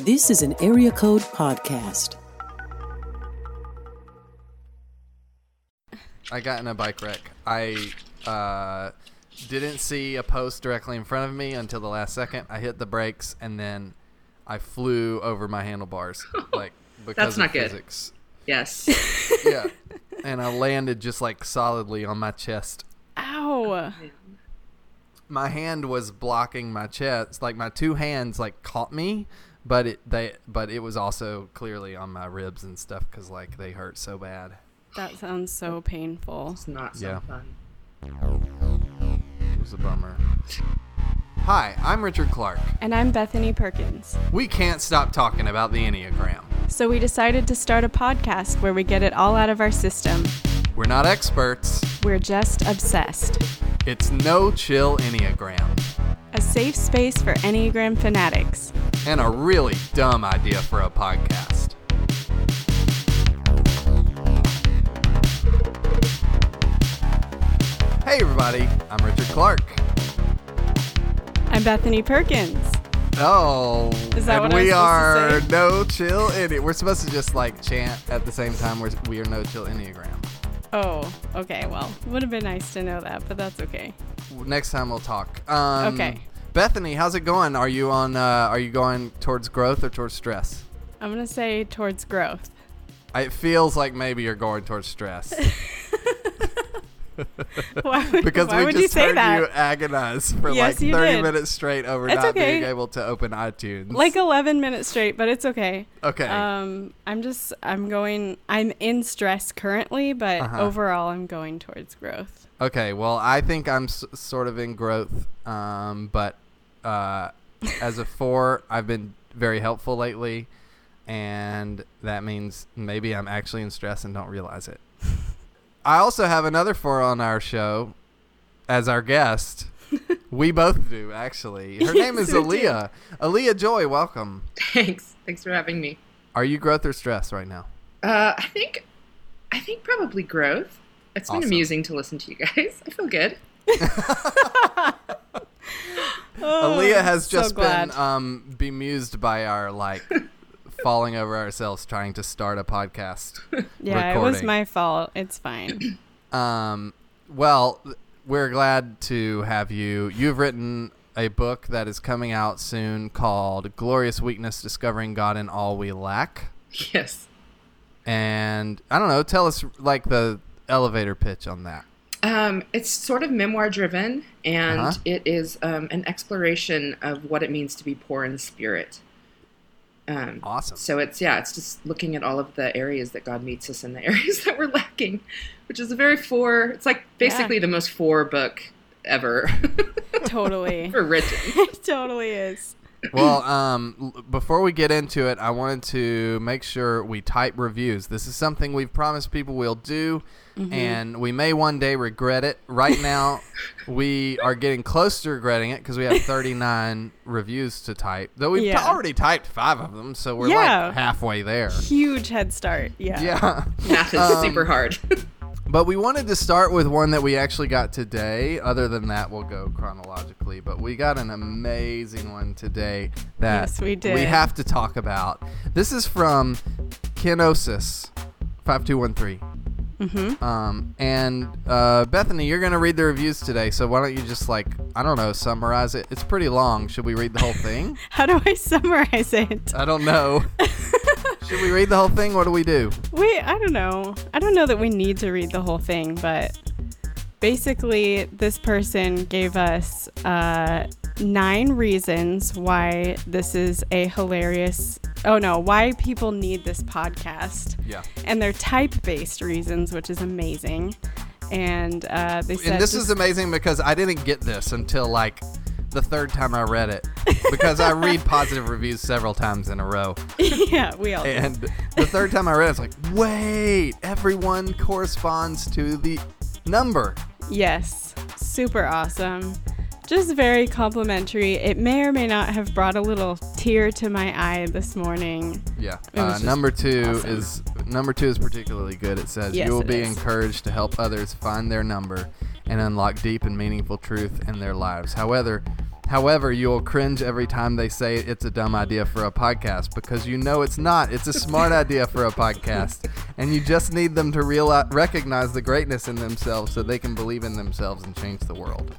This is an Area Code Podcast. I got in a bike wreck. I uh, didn't see a post directly in front of me until the last second. I hit the brakes and then I flew over my handlebars, like because That's of not good. physics. Yes. Yeah, and I landed just like solidly on my chest. Ow. My hand was blocking my chest, like my two hands like caught me, but it they but it was also clearly on my ribs and stuff because like they hurt so bad. That sounds so painful. It's not so Yeah. fun. It was a bummer. Hi, I'm Richard Clark. And I'm Bethany Perkins. We can't stop talking about the Enneagram. So we decided to start a podcast where we get it all out of our system. We're not experts. We're just obsessed. It's no chill Enneagram. A safe space for Enneagram fanatics. And a really dumb idea for a podcast. Hey, everybody, I'm Richard Clark. I'm Bethany Perkins. Oh, Is that and what I'm we supposed to are say? no chill Enne. We're supposed to just like chant at the same time we're, we are no chill Enneagram. Oh, okay. Well, would have been nice to know that, but that's okay. Next time we'll talk. Um, Okay. Bethany, how's it going? Are you on? Uh, are you going towards growth or towards stress? I'm going to say towards growth. It feels like maybe you're going towards stress Why would, because why we would just you say heard that? you agonize for Yes, like you 30 did. minutes straight over It's not being okay. able to open iTunes. like 11 minutes straight, but it's okay. okay, Um, I'm just, I'm going, I'm in stress currently, but Uh-huh. overall, I'm going towards growth. okay. Well, I think I'm s- sort of in growth, um, but uh, as a four, I've been very helpful lately, and that means maybe I'm actually in stress and don't realize it. I also have another four on our show as our guest. we both do, actually. Her name Yes, is we do. Aaliyah. Aaliyah Joy, welcome. Thanks. Thanks for having me. Are you growth or stress right now? Uh, I think, I think probably growth. It's been Awesome. amusing to listen to you guys. I feel good. Oh, Aaliyah has so just glad. been um, bemused by our, like, falling over ourselves trying to start a podcast. yeah, it was recording. my fault. It's fine. Um, well, th- we're glad to have you. You've written a book that is coming out soon called Glorious Weakness Discovering God in All We Lack. Yes. And I don't know, tell us like the elevator pitch on that. Um, it's sort of memoir driven, and Uh-huh. it is um, an exploration of what it means to be poor in spirit. Um, Awesome. So it's yeah, it's just looking at all of the areas that God meets us and the areas that we're lacking, which is a very four. It's like basically the most four book ever totally. for written. it totally is. well, um, l- before we get into it, I wanted to make sure we type reviews. This is something we've promised people we'll do, Mm-hmm. and we may one day regret it. Right now, we are getting close to regretting it because we have 39 reviews to type, though we've t- Yeah. already typed five of them, so we're Yeah. like halfway there. Huge head start. Yeah. Yeah. Math is super hard. But we wanted to start with one that we actually got today. Other than that, we'll go chronologically. But we got an amazing one today that Yes, we did. we have to talk about. This is from Kenosis 5213. Mm-hmm. Um, and uh, Bethany, you're going to read the reviews today. So why don't you just, like, I don't know, summarize it? It's pretty long. Should we read the whole thing? How do I summarize it? I don't know. Should we read the whole thing? What do we do? Wait, I don't know. I don't know that we need to read the whole thing, but basically, this person gave us uh, nine reasons why this is a hilarious. Oh no, why people need this podcast. Yeah. And they're type based reasons, which is amazing. And uh, they said and this just- is amazing because I didn't get this until like the third time I read it because I read positive reviews several times in a row. yeah, we all. do. And the third time I read it, it's like, wait, everyone corresponds to the number. Yes, super awesome. Just very complimentary. It may or may not have brought a little tear to my eye this morning. Yeah. It was Uh, just number two awesome. is number two is particularly good. It says Yes, you will it be is. encouraged to help others find their number and unlock deep and meaningful truth in their lives. However, However, you'll cringe every time they say it's a dumb idea for a podcast because you know it's not. It's a smart idea for a podcast. And you just need them to realize, recognize the greatness in themselves so they can believe in themselves and change the world.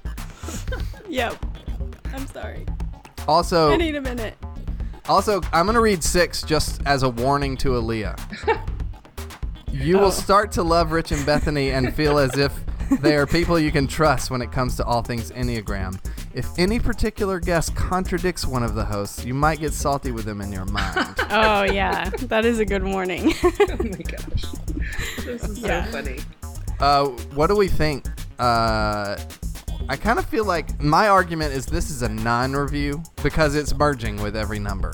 Yep. I'm sorry. Also, I need a minute. Also, I'm going to read six just as a warning to Aaliyah. You Oh. will start to love Rich and Bethany and feel as if they are people you can trust when it comes to all things Enneagram. If any particular guest contradicts one of the hosts, you might get salty with them in your mind. Oh yeah, that is a good warning. Oh my gosh. This is Yeah. so funny. uh, what do we think? Uh, I kind of feel like my argument is this is a non review because it's merging with every number.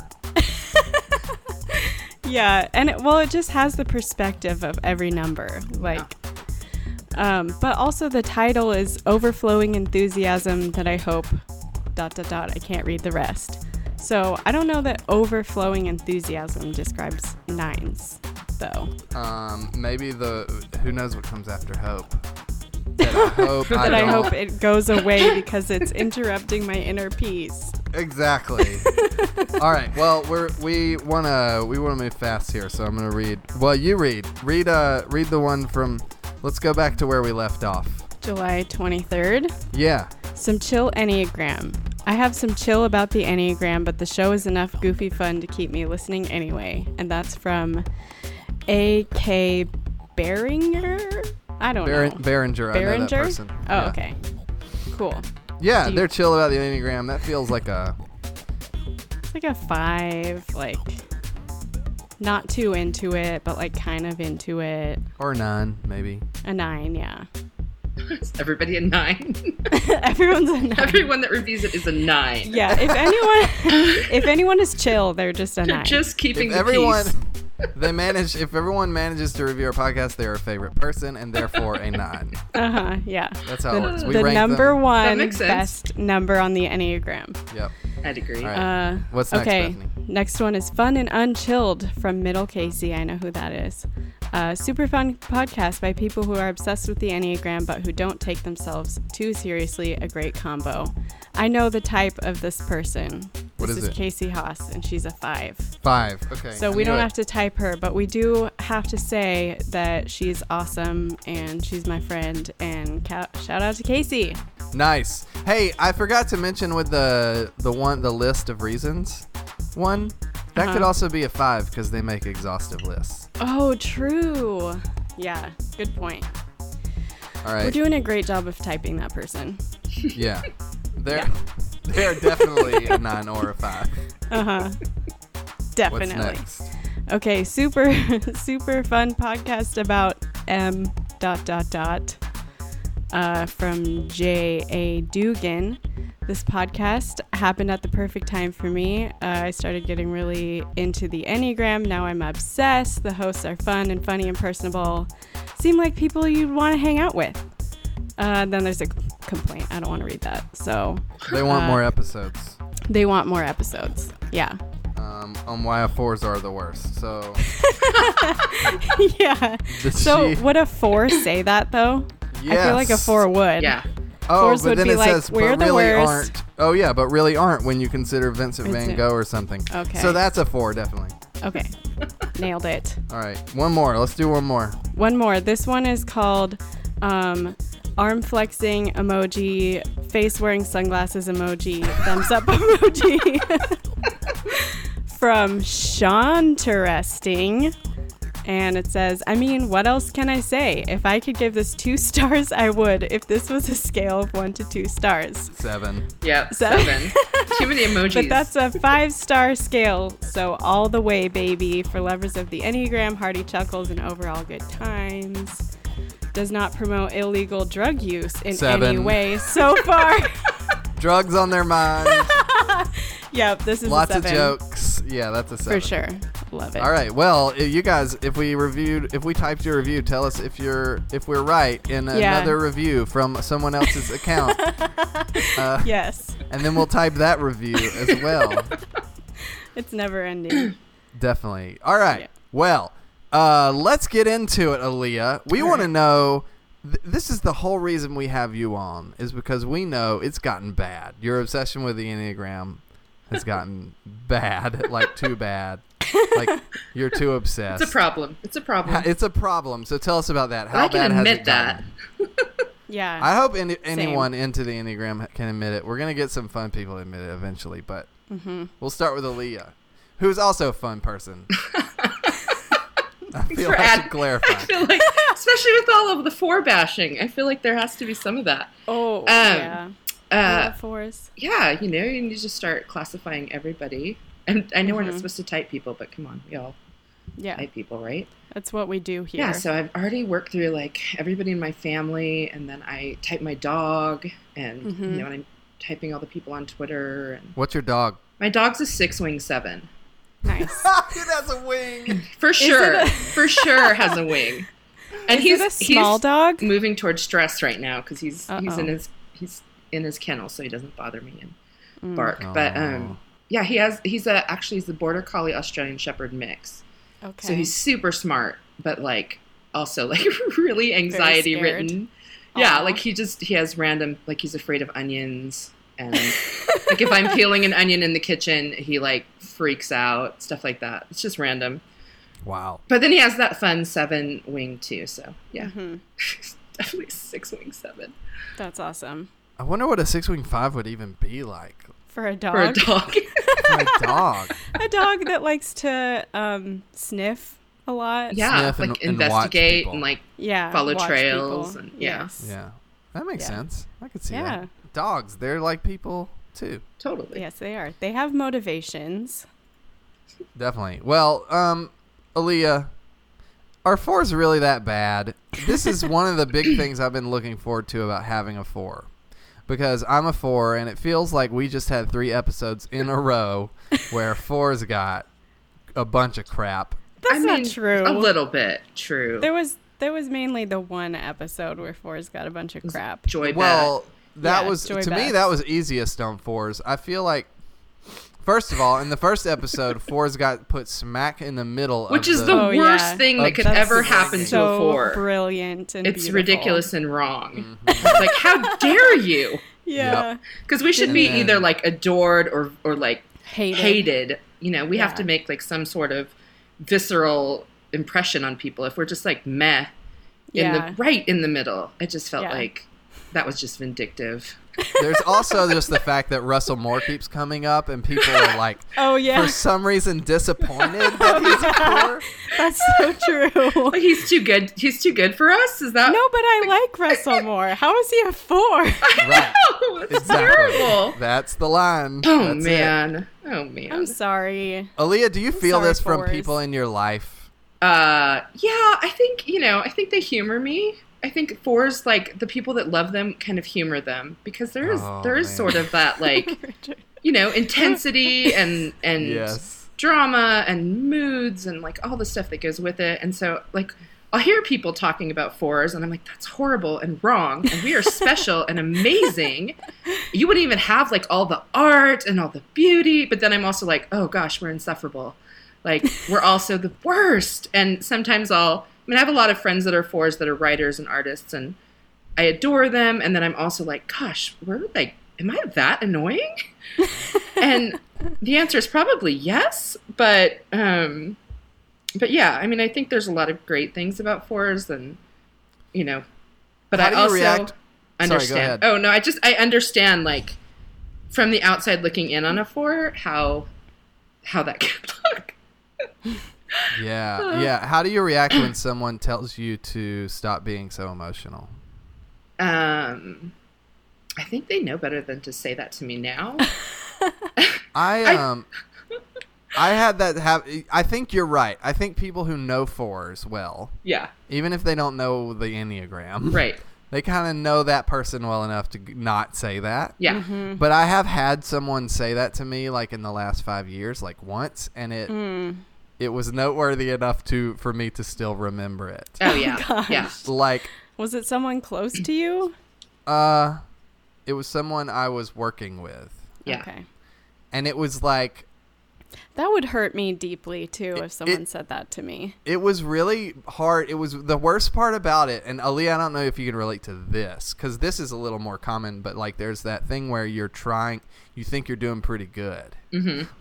yeah, and it, well, it just has the perspective of every number, like. Um, but also the title is overflowing enthusiasm that I hope. Dot dot dot. I can't read the rest. So I don't know that overflowing enthusiasm describes nines, though. Um, maybe the who knows what comes after hope. That I hope. I But I don't- hope it goes away because it's interrupting my inner peace. exactly. All right. Well, we're we wanna we wanna move fast here, so I'm gonna read. Well, you read read uh read the one from. Let's go back to where we left off. July 23rd. Yeah. Some chill Enneagram. I have some chill about the Enneagram, but the show is enough goofy fun to keep me listening anyway. And that's from A.K. Beringer? I don't Ber- know. Behringer. I know that Oh, Behringer? person. Oh, yeah. okay. Cool. Yeah, Do you- they're chill about the enneagram. That feels like a It's like a five, like not too into it, but like kind of into it. or none maybe. A nine, yeah. Is everybody a nine? Everyone's a nine. Everyone that reviews it is a nine. yeah, if anyone if anyone is chill, they're just a They're nine. just keeping If the everyone. peace. They manage if everyone manages to review our podcast, they're a favorite person and therefore a nine. uh-huh, yeah. That's how it works. We the rank number them. one makes sense. best number on the Enneagram. Yep. I'd agree. All right. Uh, What's next, okay, Bethany? next one is Fun and Unchilled from Middle Casey. I know who that is. Uh, super fun podcast by people who are obsessed with the Enneagram but who don't take themselves too seriously. A great combo. I know the type of this person. What this is it? Casey Haas, and she's a five. Five. Okay. So I we knew don't it. have to type her, but we do have to say that she's awesome and she's my friend. And ca- shout out to Casey. Nice. Hey, I forgot to mention with the the one the list of reasons one that could Uh-huh. also be a five because they make exhaustive lists. Oh, true. Yeah, good point. All We're right. doing a great job of typing that person. yeah. They're they're definitely a nine or a five. Uh huh. What's Definitely. next? Okay, super, super fun podcast about M dot dot dot uh, from J A Dugan. This podcast happened at the perfect time for me. Uh, I started getting really into the Enneagram. Now I'm obsessed. The hosts are fun and funny and personable. Seem like people you'd want to hang out with. Uh, then there's a c- complaint. I don't want to read that. So They want Uh, more episodes. they want more episodes. Yeah. Um, on why a fours are the worst. So yeah. the So she- would a four say that though? I feel like a Yes. four would. Yeah. Oh, fours but would then be it like, says, "We're but the really worst." aren't. Oh yeah, but really aren't when you consider Vincent, Van Vincent. Gogh or something. Okay. So that's a four definitely. Okay. Nailed it. All right, one more. Let's do one more. One more. This one is called um, arm flexing emoji, face wearing sunglasses emoji, thumbs up emoji. From Sean Teresting. And it says, I mean, what else can I say? If I could give this two stars, I would. If this was a scale of one to two stars. Seven. Yeah. Seven. Seven. Too many emojis. But that's a five star scale, so all the way, baby, for lovers of the Enneagram, hearty chuckles, and overall good times. Does not promote illegal drug use in any Seven. way so far. Drugs on their mind. yep, this is Lots a seven, of jokes. Yeah, that's a seven. for sure. Love it. All right. Well, i- you guys, if we reviewed, if we typed your review, tell us if you're if we're right in Yeah. another review from someone else's account, uh, Yes, and then we'll type that review as well. it's never ending. Definitely. All right. Well, uh, let's get into it, Aaliyah. We want to know th- this is the whole reason we have you on is because we know it's gotten bad. Your obsession with the Enneagram has gotten bad, like too bad. Like you're too obsessed. It's a problem. It's a problem. Ha- It's a problem. So tell us about that. How I can bad has admit it that. gotten? Yeah. I hope any, anyone into the Enneagram can admit it. We're going to get some fun people to admit it eventually, but Mm-hmm. we'll start with Aaliyah, who's also a fun person. I feel for I should adding- clarify. I feel like, especially with all of the four bashing, I feel like there has to be some of that. oh, yeah. Um, Uh, Love fours. yeah, you know, you need to start classifying everybody. And I know we're not supposed to type people, but come on, we all Yeah. type people, right? that's what we do here. Yeah, so I've already worked through like everybody in my family, and then I type my dog, and you Mhm. know, and I'm typing all the people on Twitter. And What's your dog? my dog's a six wing seven. nice. it has a wing. For it sure, a- for sure has a wing. And Is he's it a small he's dog? moving towards stress right now because he's he's in Uh-oh. his he's in his kennel, so he doesn't bother me Mm, Hmm. and bark. But Aw. um, yeah, he has he's a actually he's a border collie Australian Shepherd mix. Okay. So he's super smart, but like also like really anxiety scared. ridden. Yeah, Aw. like he just he has random like he's afraid of onions and like if I'm peeling an onion in the kitchen, he like freaks out, stuff like that. It's just random. Wow. But then he has that fun seven wing too, so yeah. Mhm. Definitely six wing seven. That's awesome. I wonder what a six wing five would even be like For a dog. For a dog. for a dog. a dog that likes to um, sniff a lot. yeah. Sniff like and- and watch investigate people. and like Yeah. Follow watch trails people. and- yeah. Yes. Yeah, that makes Yeah. sense. I could see Yeah. that. Dogs, they're like people too. totally. Yes, they are. They have motivations. Definitely. Well, um, Aaliyah, are fours really that bad? This is one of the big things I've been looking forward to about having a four. Because I'm a four, and it feels like we just had three episodes in a row where fours got a bunch of crap. That's I not mean, true. A little bit true. There was there was mainly the one episode where fours got a bunch of crap. Joy Bat. Well, that Yeah, was Joy to me Bats. that was easiest on fours. I feel like first of all, in the first episode, fours got put smack in the middle, Which of is the the, Oh, worst yeah. thing that could That's ever so happen to a so four. brilliant and it's beautiful. ridiculous and wrong. Mm-hmm. It's like, how dare you? Yeah, Yep. Because we should be And then- either like adored or or like hated. hated. You know, we have Yeah. to make like some sort of visceral impression on people. If we're just like meh in Yeah, the right in the middle, I just felt Yeah. like that was just vindictive. There's also just the fact that Russell Moore keeps coming up, and people are like, oh for yeah, some reason, disappointed Oh, that he's a four. that's so true. Like he's too good. He's too good for us. Is that No, but I like Russell Moore. How is he a four? Right. no? That's Exactly. terrible. That's the line. Oh That's it. man. Oh man. I'm sorry. Aaliyah, do you feel sorry, this from fours. people in your life? uh yeah i think you know i think they humor me i think fours like the people that love them kind of humor them because there is Oh, there is man. sort of that like you know intensity and and Yes. drama and moods and like all the stuff that goes with it and so like i'll hear people talking about fours and i'm like that's horrible and wrong and we are special and amazing you wouldn't even have like all the art and all the beauty but then i'm also like oh gosh we're insufferable like we're also the worst and sometimes i'll i mean i have a lot of friends that are fours that are writers and artists and i adore them and then i'm also like gosh we're like am i that annoying and the answer is probably yes but um but yeah i mean i think there's a lot of great things about fours and you know but How i do you also react- Sorry, go understand ahead. oh no i just i understand like from the outside looking in on a four how how that could look Uh. Yeah. Yeah. How do you react when someone tells you to stop being so emotional? um i think they know better than to say that to me now I I- um I had that have I think you're right. I think people who know fours well, yeah even if they don't know the enneagram, right They kind of know that person well enough to g- not say that. yeah Mm-hmm. But I have had someone say that to me like in the last 5 years like once and it it was noteworthy enough to for me to still remember it. oh yeah yeah Like Was it someone close to you? uh it was someone I was working with yeah Okay. and it was like That would hurt me deeply too if someone said that to me. It was really hard. It was the worst part about it. And Ali, I don't know if you can relate to this because this is a little more common, but like there's that thing where you're trying, you think you're doing pretty good.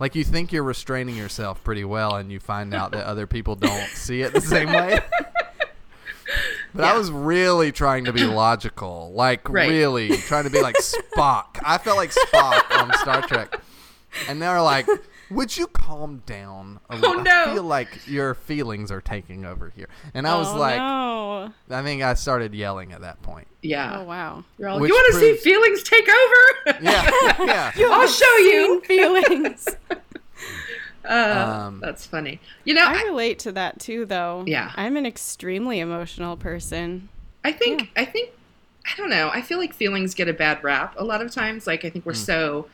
Like you think you're restraining yourself pretty well, and you find out that other people don't see it the same way. But I was really trying to be logical, like Right. really trying to be like Spock. I felt like Spock on Star Trek, and they were like, "Would you calm down? a little? I no. feel like your feelings are taking over here." And I was oh, like, no. I think I started yelling at that point. Yeah. oh wow. You're all, Which you want to see proves- feelings take over? Yeah, yeah. I'll show you. feelings. Um, Uh, That's funny. You know, I I, relate to that too, though. Yeah. I'm an extremely emotional person. I think, I think, I don't know. I feel like feelings get a bad rap a lot of times. Like, I think Mm. we're so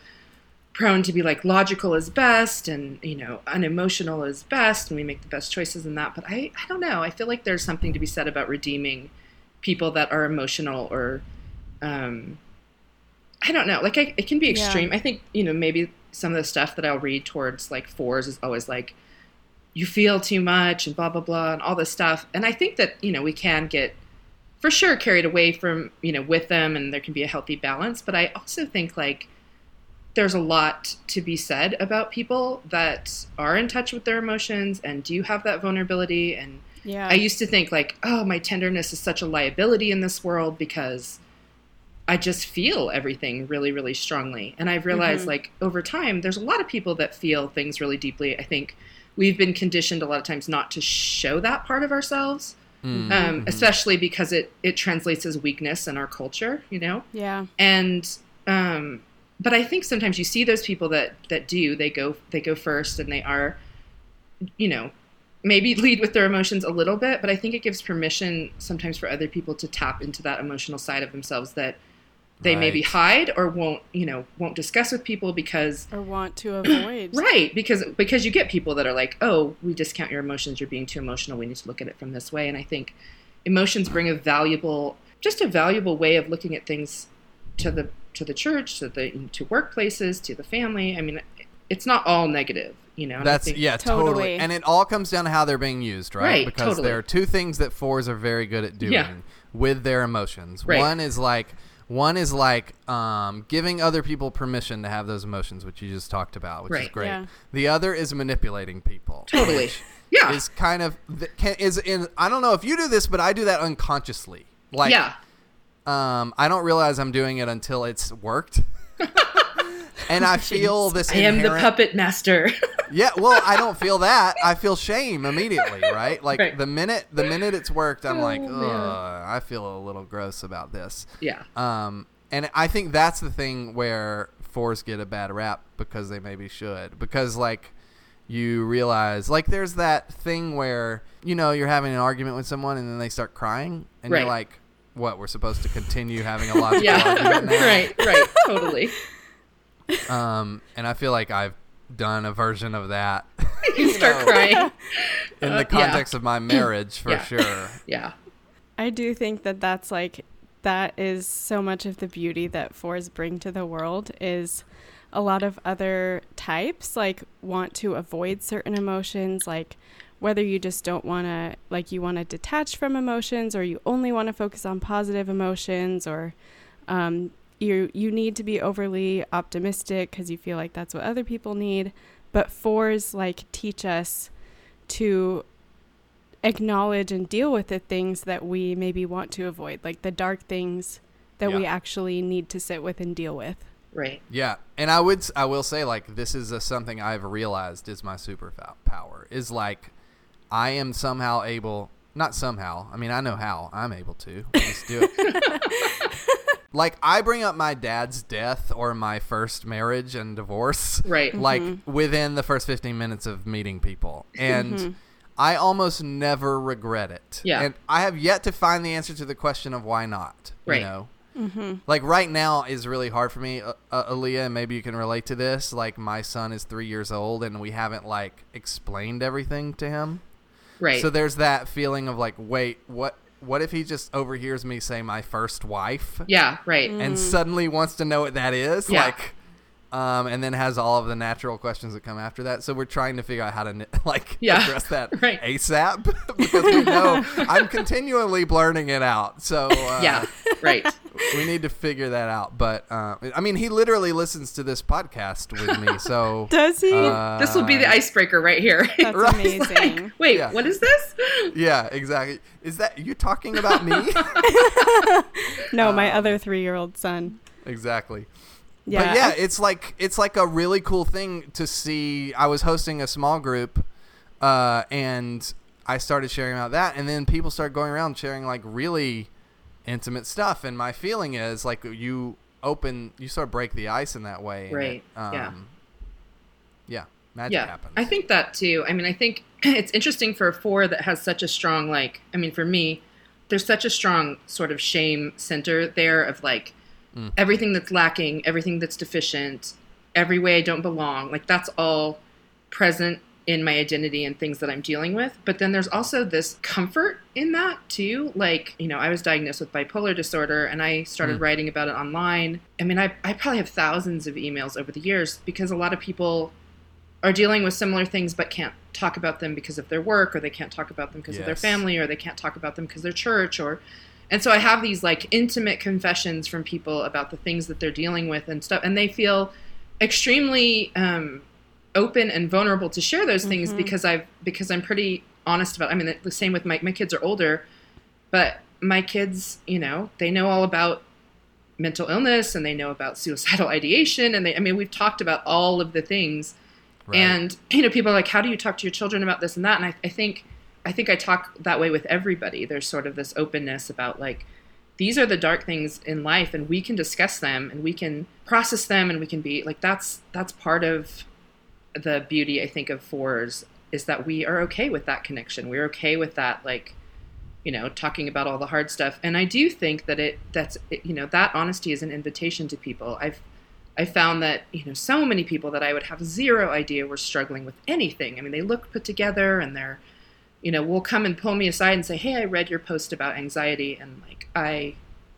prone to be like logical is best and, you know, unemotional is best and we make the best choices in that. But I, I don't know. I feel like there's something to be said about redeeming people that are emotional or, um, I don't know. Like I, it can be Yeah. extreme. I think you know maybe some of the stuff that I'll read towards like fours is always like you feel too much and blah blah blah and all this stuff. And I think that you know we can get for sure carried away from you know with them and there can be a healthy balance. But I also think like there's a lot to be said about people that are in touch with their emotions and do have that vulnerability and Yeah. I used to think like, oh, my tenderness is such a liability in this world because I just feel everything really, really strongly. And I've realized like over time, there's a lot of people that feel things really deeply. I think we've been conditioned a lot of times not to show that part of ourselves, Mm. um, especially because it it translates as weakness in our culture. You know, yeah. and um, but I think sometimes you see those people that that do they go they go first and they are, you know, maybe lead with their emotions a little bit, but I think it gives permission sometimes for other people to tap into that emotional side of themselves that they maybe Right. hide or won't you know won't discuss with people because Or want to avoid. right because because you get people that are like oh we discount your emotions you're being too emotional we need to look at it from this way and i think emotions bring a valuable just a valuable way of looking at things to the to the church to the to workplaces to the family i mean it's not all negative you know and I That's think- yeah, totally. Totally. And it all comes down to how they're being used, right? Right, because totally. there are two things that fours are very good at doing Yeah. with their emotions. Right. One is like one is like um, giving other people permission to have those emotions, which you just talked about, which is Right. great. Yeah. The other is manipulating people. totally which yeah Is kind of th- can, is in. I don't know if you do this, but I do that unconsciously. Like yeah um, I don't realize I'm doing it until it's worked. And I feel this. i am the inherent- puppet master yeah, well, I don't feel that. I feel shame immediately, right? Like Right. Oh, the minute the minute it's worked, I'm like, Ugh, I feel a little gross about this. yeah Um, and I think that's the thing where fours get a bad rap because they maybe should because like you realize like there's that thing where you know you're having an argument with someone and then they start crying and Right. you're like, what? We're supposed to continue having a logical yeah argument now? right right totally Um, and I feel like I've done a version of that. you start crying in the Uh, yeah. context of my marriage for Yeah. sure yeah I do think that that's like that is so much of the beauty that fours bring to the world is a lot of other types like want to avoid certain emotions like whether you just don't want to like you want to detach from emotions or you only want to focus on positive emotions or um, you you need to be overly optimistic because you feel like that's what other people need but fours like teach us to acknowledge and deal with the things that we maybe want to avoid, like the dark things that we Yeah. actually need to sit with and deal with. right yeah and i would s- i will say like this is a, something i've realized is my super fa- power is like i am somehow able not somehow i mean i know how i'm able to I just do it like i bring up my dad's death or my first marriage and divorce Right. Mm-hmm. like within the first 15 minutes of meeting people and i almost never regret it Yeah. and i have yet to find the answer to the question of why not Right. you know like right now is really hard for me uh, uh, Aaliyah and maybe you can relate to this like my son is three years old and we haven't like explained everything to him right so there's that feeling of like wait what what if he just overhears me say my first wife yeah right and suddenly wants to know what that is Mm. Yeah. like um, and then has all of the natural questions that come after that. So we're trying to figure out how to ni- like Yeah, address that right. ASAP because we know I'm continually blurning it out. So uh, yeah, right. we need to figure that out. But uh, I mean, he literally listens to this podcast with me. So Does he? uh, this will be the icebreaker right here. That's right, amazing. Wait, Yeah. what is this? yeah, exactly. Is that you talking about me? no, my other three-year-old son. exactly. Yeah. uh, But oh. yeah, it's like it's like a really cool thing to see. I was hosting a small group, uh, and I started sharing about that, and then people started going around sharing like really intimate stuff. And my feeling is like you open, you sort of break the ice in that way. and Right, it, Um, yeah. Yeah. Magic yeah, happens. I think that too. I mean, I think it's interesting for a four that has such a strong like. I mean, for me, there's such a strong sort of shame center there of like everything that's lacking, everything that's deficient, every way I don't belong. Like that's all present in my identity and things that I'm dealing with. But then there's also this comfort in that too. Like, you know, I was diagnosed with bipolar disorder and I started writing about it online. I mean, I, I probably have thousands of emails over the years because a lot of people are dealing with similar things but can't talk about them because of their work or they can't talk about them because of their Yes. family or they can't talk about them because of their church or and so I have these like intimate confessions from people about the things that they're dealing with and stuff and they feel extremely um, open and vulnerable to share those things because I've because I'm pretty honest about I mean the same with my my kids are older but my kids, you know, they know all about mental illness and they know about suicidal ideation and they I mean we've talked about all of the things Right. and you know people are like how do you talk to your children about this and that and I, I think i think i talk that way with everybody there's sort of this openness about like these are the dark things in life and we can discuss them and we can process them and we can be like that's that's part of the beauty i think of fours is that we are okay with that connection we're okay with that like you know talking about all the hard stuff and i do think that it that's it, you know that honesty is an invitation to people i've i found that you know so many people that i would have zero idea were struggling with anything i mean they look put together and they're you know will come and pull me aside and say hey i read your post about anxiety and like i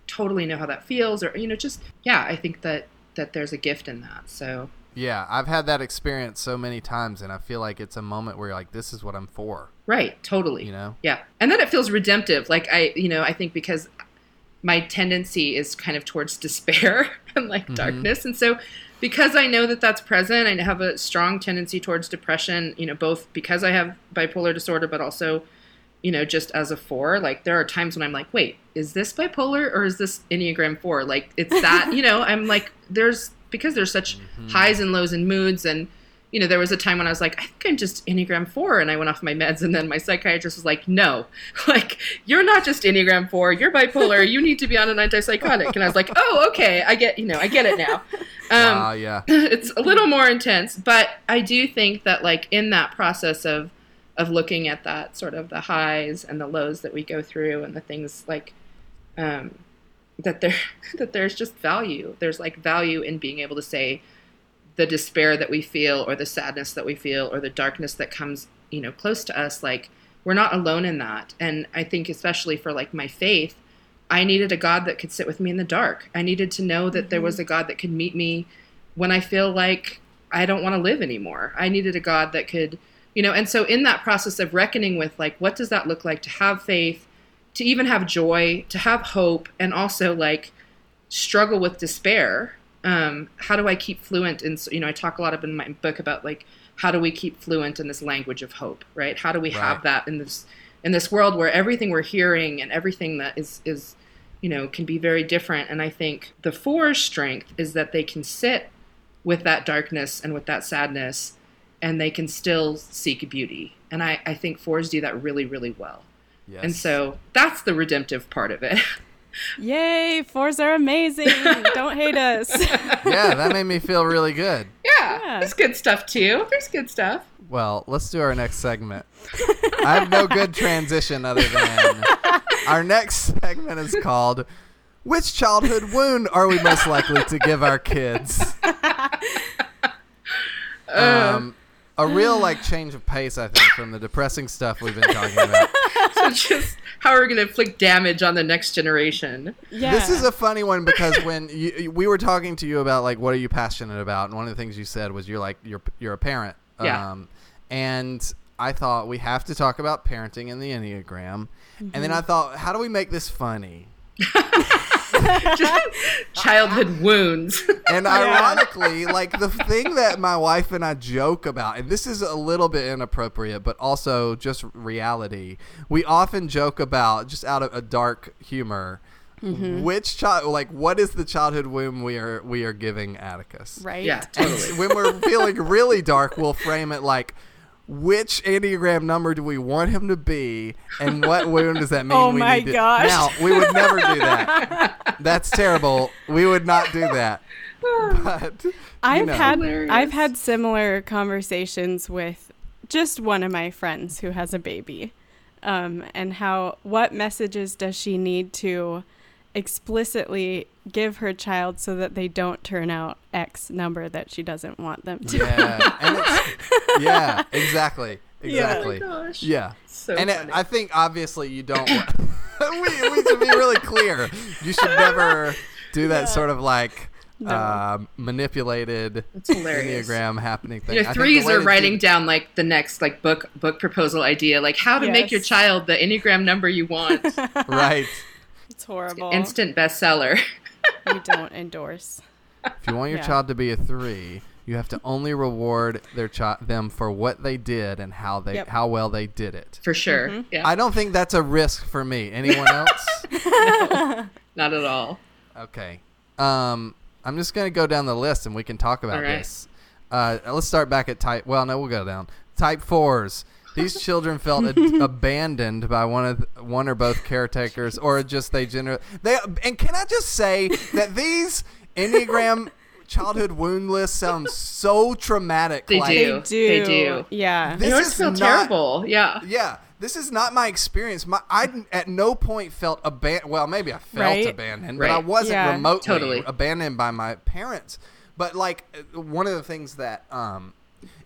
totally know how that feels or you know just yeah i think that that there's a gift in that so yeah, I've had that experience so many times, and I feel like it's a moment where you're like, this is what I'm for. Right, totally. You know? Yeah. And then it feels redemptive. Like I, you know, I think because my tendency is kind of towards despair and like darkness. And so because I know that that's present, I have a strong tendency towards depression, you know, both because I have bipolar disorder but also you know, just as a four, like there are times when I'm like, wait, is this bipolar or is this Enneagram four? Like it's that, you know, I'm like, there's because there's such highs and lows and moods. And, you know, there was a time when I was like, I think I'm just Enneagram four. And I went off my meds. And then my psychiatrist was like, no, like you're not just Enneagram four, you're bipolar. You need to be on an antipsychotic. And I was like, oh, okay. I get, you know, I get it now. Um, Wow, Ah, yeah. it's a little more intense but i do think that like in that process of of looking at that sort of the highs and the lows that we go through and the things like um that there that there's just value there's like value in being able to say the despair that we feel or the sadness that we feel or the darkness that comes you know close to us like we're not alone in that and i think especially for like my faith i needed a god that could sit with me in the dark i needed to know that there was a god that could meet me when i feel like i don't want to live anymore i needed a god that could you know and so in that process of reckoning with like what does that look like to have faith to even have joy to have hope and also like struggle with despair um, how do i keep fluent in you know i talk a lot up in my book about like how do we keep fluent in this language of hope right how do we have Right. that in this in this world where everything we're hearing and everything that is is you know can be very different and i think the four's strength is that they can sit with that darkness and with that sadness and they can still seek beauty and i i think fours do that really really well Yes. and so that's the redemptive part of it. Yay! Fours are amazing. Don't hate us. yeah, that made me feel really good. Yeah, Yeah. there's good stuff too. There's good stuff. Well, let's do our next segment. I have no good transition other than our next segment is called Which childhood wound are we most likely to give our kids? um, a real like change of pace, I think, from the depressing stuff we've been talking about. So it's just how are we going to inflict damage on the next generation? Yeah. This is a funny one because when you, you- we were talking to you about like what are you passionate about, and one of the things you said was you're like you're you're a parent. Yeah. Um, and I thought we have to talk about parenting and the enneagram, and then I thought, how do we make this funny? Just childhood wounds. And ironically, like the thing that my wife and I joke about, and this is a little bit inappropriate, but also just reality. We often joke about just out of a dark humor. Which child? Like, what is the childhood wound we are we are giving Atticus? right. yeah, And totally. when we're feeling really dark, we'll frame it like, which enneagram number do we want him to be, and what wound does that mean? Oh we my need to- gosh. Now we would never do that. That's terrible. We would not do that. But you I've know. had Hilarious. I've had similar conversations with just one of my friends who has a baby, um, and how what messages does she need to explicitly give her child so that they don't turn out X number that she doesn't want them to. Yeah, and it's, yeah, exactly, exactly. Oh my gosh. Yeah. So and it- funny. I think obviously you don't. we, we should be really clear. You should never do that sort of like uh, manipulated hilarious. enneagram happening thing. You I know, think threes the way are to writing do- down like the next like book book proposal idea, like how to make your Yes. child the enneagram number you want. right. It's horrible. Instant bestseller. we don't endorse. If you want your Yeah. child to be a three, you have to only reward their child them for what they did and how they Yep. how well they did it. For sure. Yeah. Mm-hmm. I don't think that's a risk for me. Anyone else? not at all. Okay. Um, I'm just gonna go down the list and we can talk about All right. this. Uh, let's start back at type. Well, no, we'll go down. Type fours. These children felt ad- abandoned by one of th- one or both caretakers, or just they generally they. And can I just say that these enneagram childhood wound lists sound so traumatic? They like, do. They do. They do. Yeah. This They always is feel not- terrible. Yeah. Yeah, this is not my experience. My I didn't- at no point felt abandoned. Well, maybe I felt Right. abandoned, but I Right. wasn't Yeah. remotely Totally. abandoned by my parents. But like uh, one of the things that um,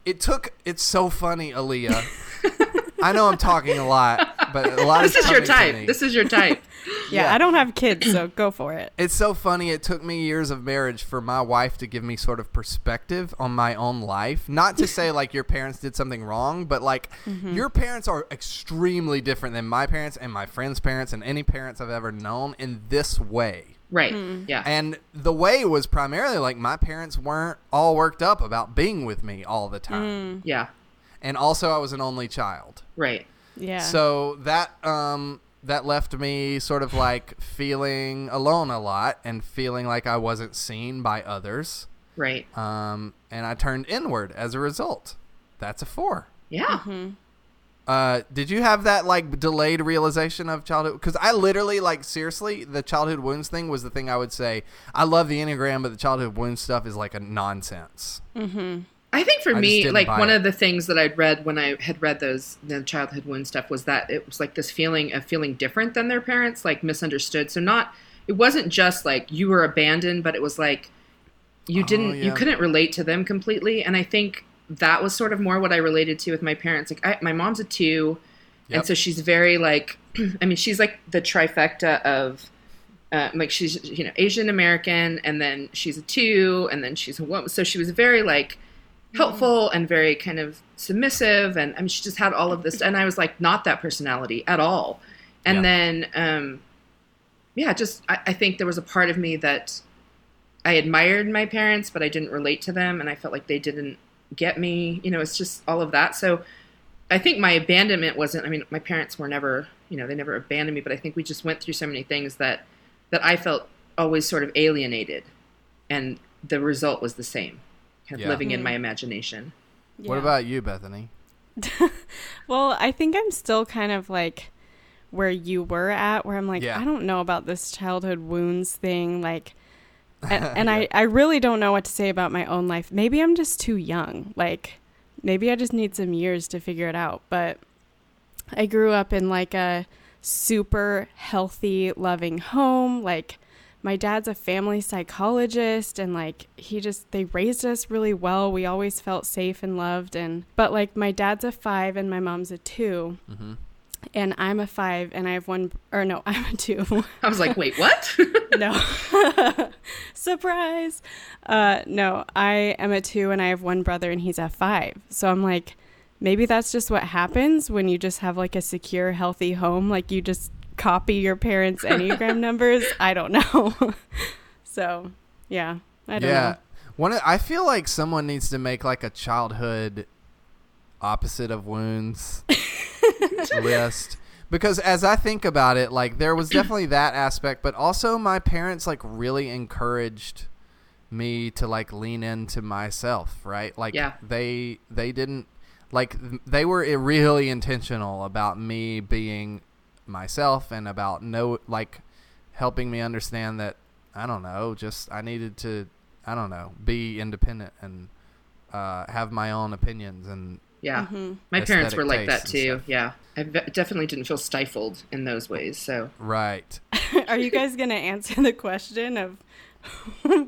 it took. It's so funny, Aaliyah. I know I'm talking a lot, but a lot This is coming your to me. type. This is your type. yeah. yeah. I don't have kids, so go for it. It's so funny. It took me years of marriage for my wife to give me sort of perspective on my own life. Not to say like your parents did something wrong, but like your parents are extremely different than my parents and my friends' parents and any parents I've ever known in this way. Right. Yeah. And the way was primarily like my parents weren't all worked up about being with me all the time. yeah. And also, I was an only child. Right. Yeah. So that um that left me sort of like feeling alone a lot and feeling like I wasn't seen by others. Right. Um, and I turned inward as a result. That's a four. Yeah. Uh, did you have that like delayed realization of childhood? Because I literally like seriously, the childhood wounds thing was the thing I would say. I love the enneagram, but the childhood wounds stuff is like a nonsense. I think for just me, didn't like buy one it. of the things that I'd read when I had read those the childhood wound stuff was that it was like this feeling of feeling different than their parents, like misunderstood. So not it wasn't just like you were abandoned, but it was like you Oh, didn't you yeah. couldn't relate to them completely. And I think that was sort of more what I related to with my parents. Like I, my mom's a two, Yep. and so she's very like I mean she's like the trifecta of uh, like she's you know Asian American, and then she's a two, and then she's a woman. So she was very like helpful and very kind of submissive, and I mean she just had all of this. And I was like not that personality at all. And Yeah. then um, yeah, just I, I think there was a part of me that I admired my parents, but I didn't relate to them, and I felt like they didn't get me. You know, it's just all of that. So I think my abandonment wasn't. I mean, my parents were never. You know, they never abandoned me, but I think we just went through so many things that that I felt always sort of alienated, and the result was the same, kind of Yeah. living in my imagination. What about you, Bethany? Well, I think I'm still kind of like where you were at, where I'm like, Yeah. I don't know about this childhood wounds thing. Like, and, and I, I really don't know what to say about my own life. Maybe I'm just too young. Like, maybe I just need some years to figure it out. But I grew up in like a super healthy, loving home. Like, my dad's a family psychologist and like he just they raised us really well. We always felt safe and loved and but like my dad's a 5 and my mom's a 2 and I'm a 5 and I have one or no, I'm a 2. I was like, wait, what? no. Surprise. Uh, no, I am a two and I have one brother and he's a five. So I'm like, maybe that's just what happens when you just have like a secure, healthy home. Like you just copy your parents' Enneagram numbers. I don't know. so yeah, I don't yeah. know. One of- I feel like someone needs to make like a childhood opposite of wounds list because as I think about it, like there was definitely that aspect, but also my parents like really encouraged me to like lean into myself, right? Like Yeah. they they didn't like th- they were i- really intentional about me being myself and about no like helping me understand that I don't know, just I needed to I don't know, be independent and uh, have my own opinions and Yeah. My parents Aesthetic were like that taste and too. Yeah. I ve- definitely didn't feel stifled in those ways. So right. Are you guys going to answer the question of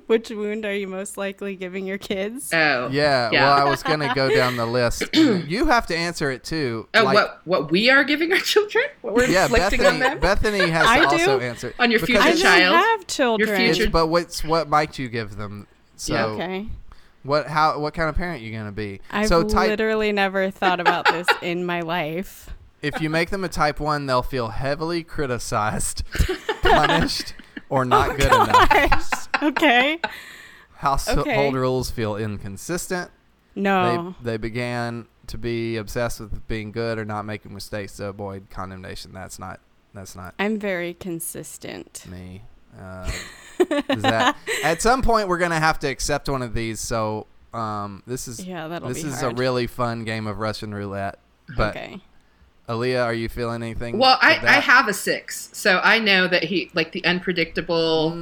which wound are you most likely giving your kids? Oh Yeah, yeah. Well, I was gonna go down the list. you have to answer it too. oh, like- what what we are giving our children? What we're Yeah, inflicting Bethany. on them? Bethany has I to also do. answer On your because I future don't it's- child. have children. It's, future- but what's what might you give them? So okay. what? How? What kind of parent you gonna be? I've so type. literally never thought about this in my life. if you make them a type one, they'll feel heavily criticized, punished, Oh or not good enough. okay. Household Okay. rules feel inconsistent. Oh. No. They they began to be obsessed with being good or not making mistakes to avoid condemnation. That's not. That's not I'm very consistent. me. Uh, is that at some point we're gonna have to accept one of these? So um, this is Yeah, that'll this be is a hard. really fun game of Russian roulette. But okay. Aaliyah, are you feeling anything? Well, I, with I that? have a six, so I know that he like the unpredictable, the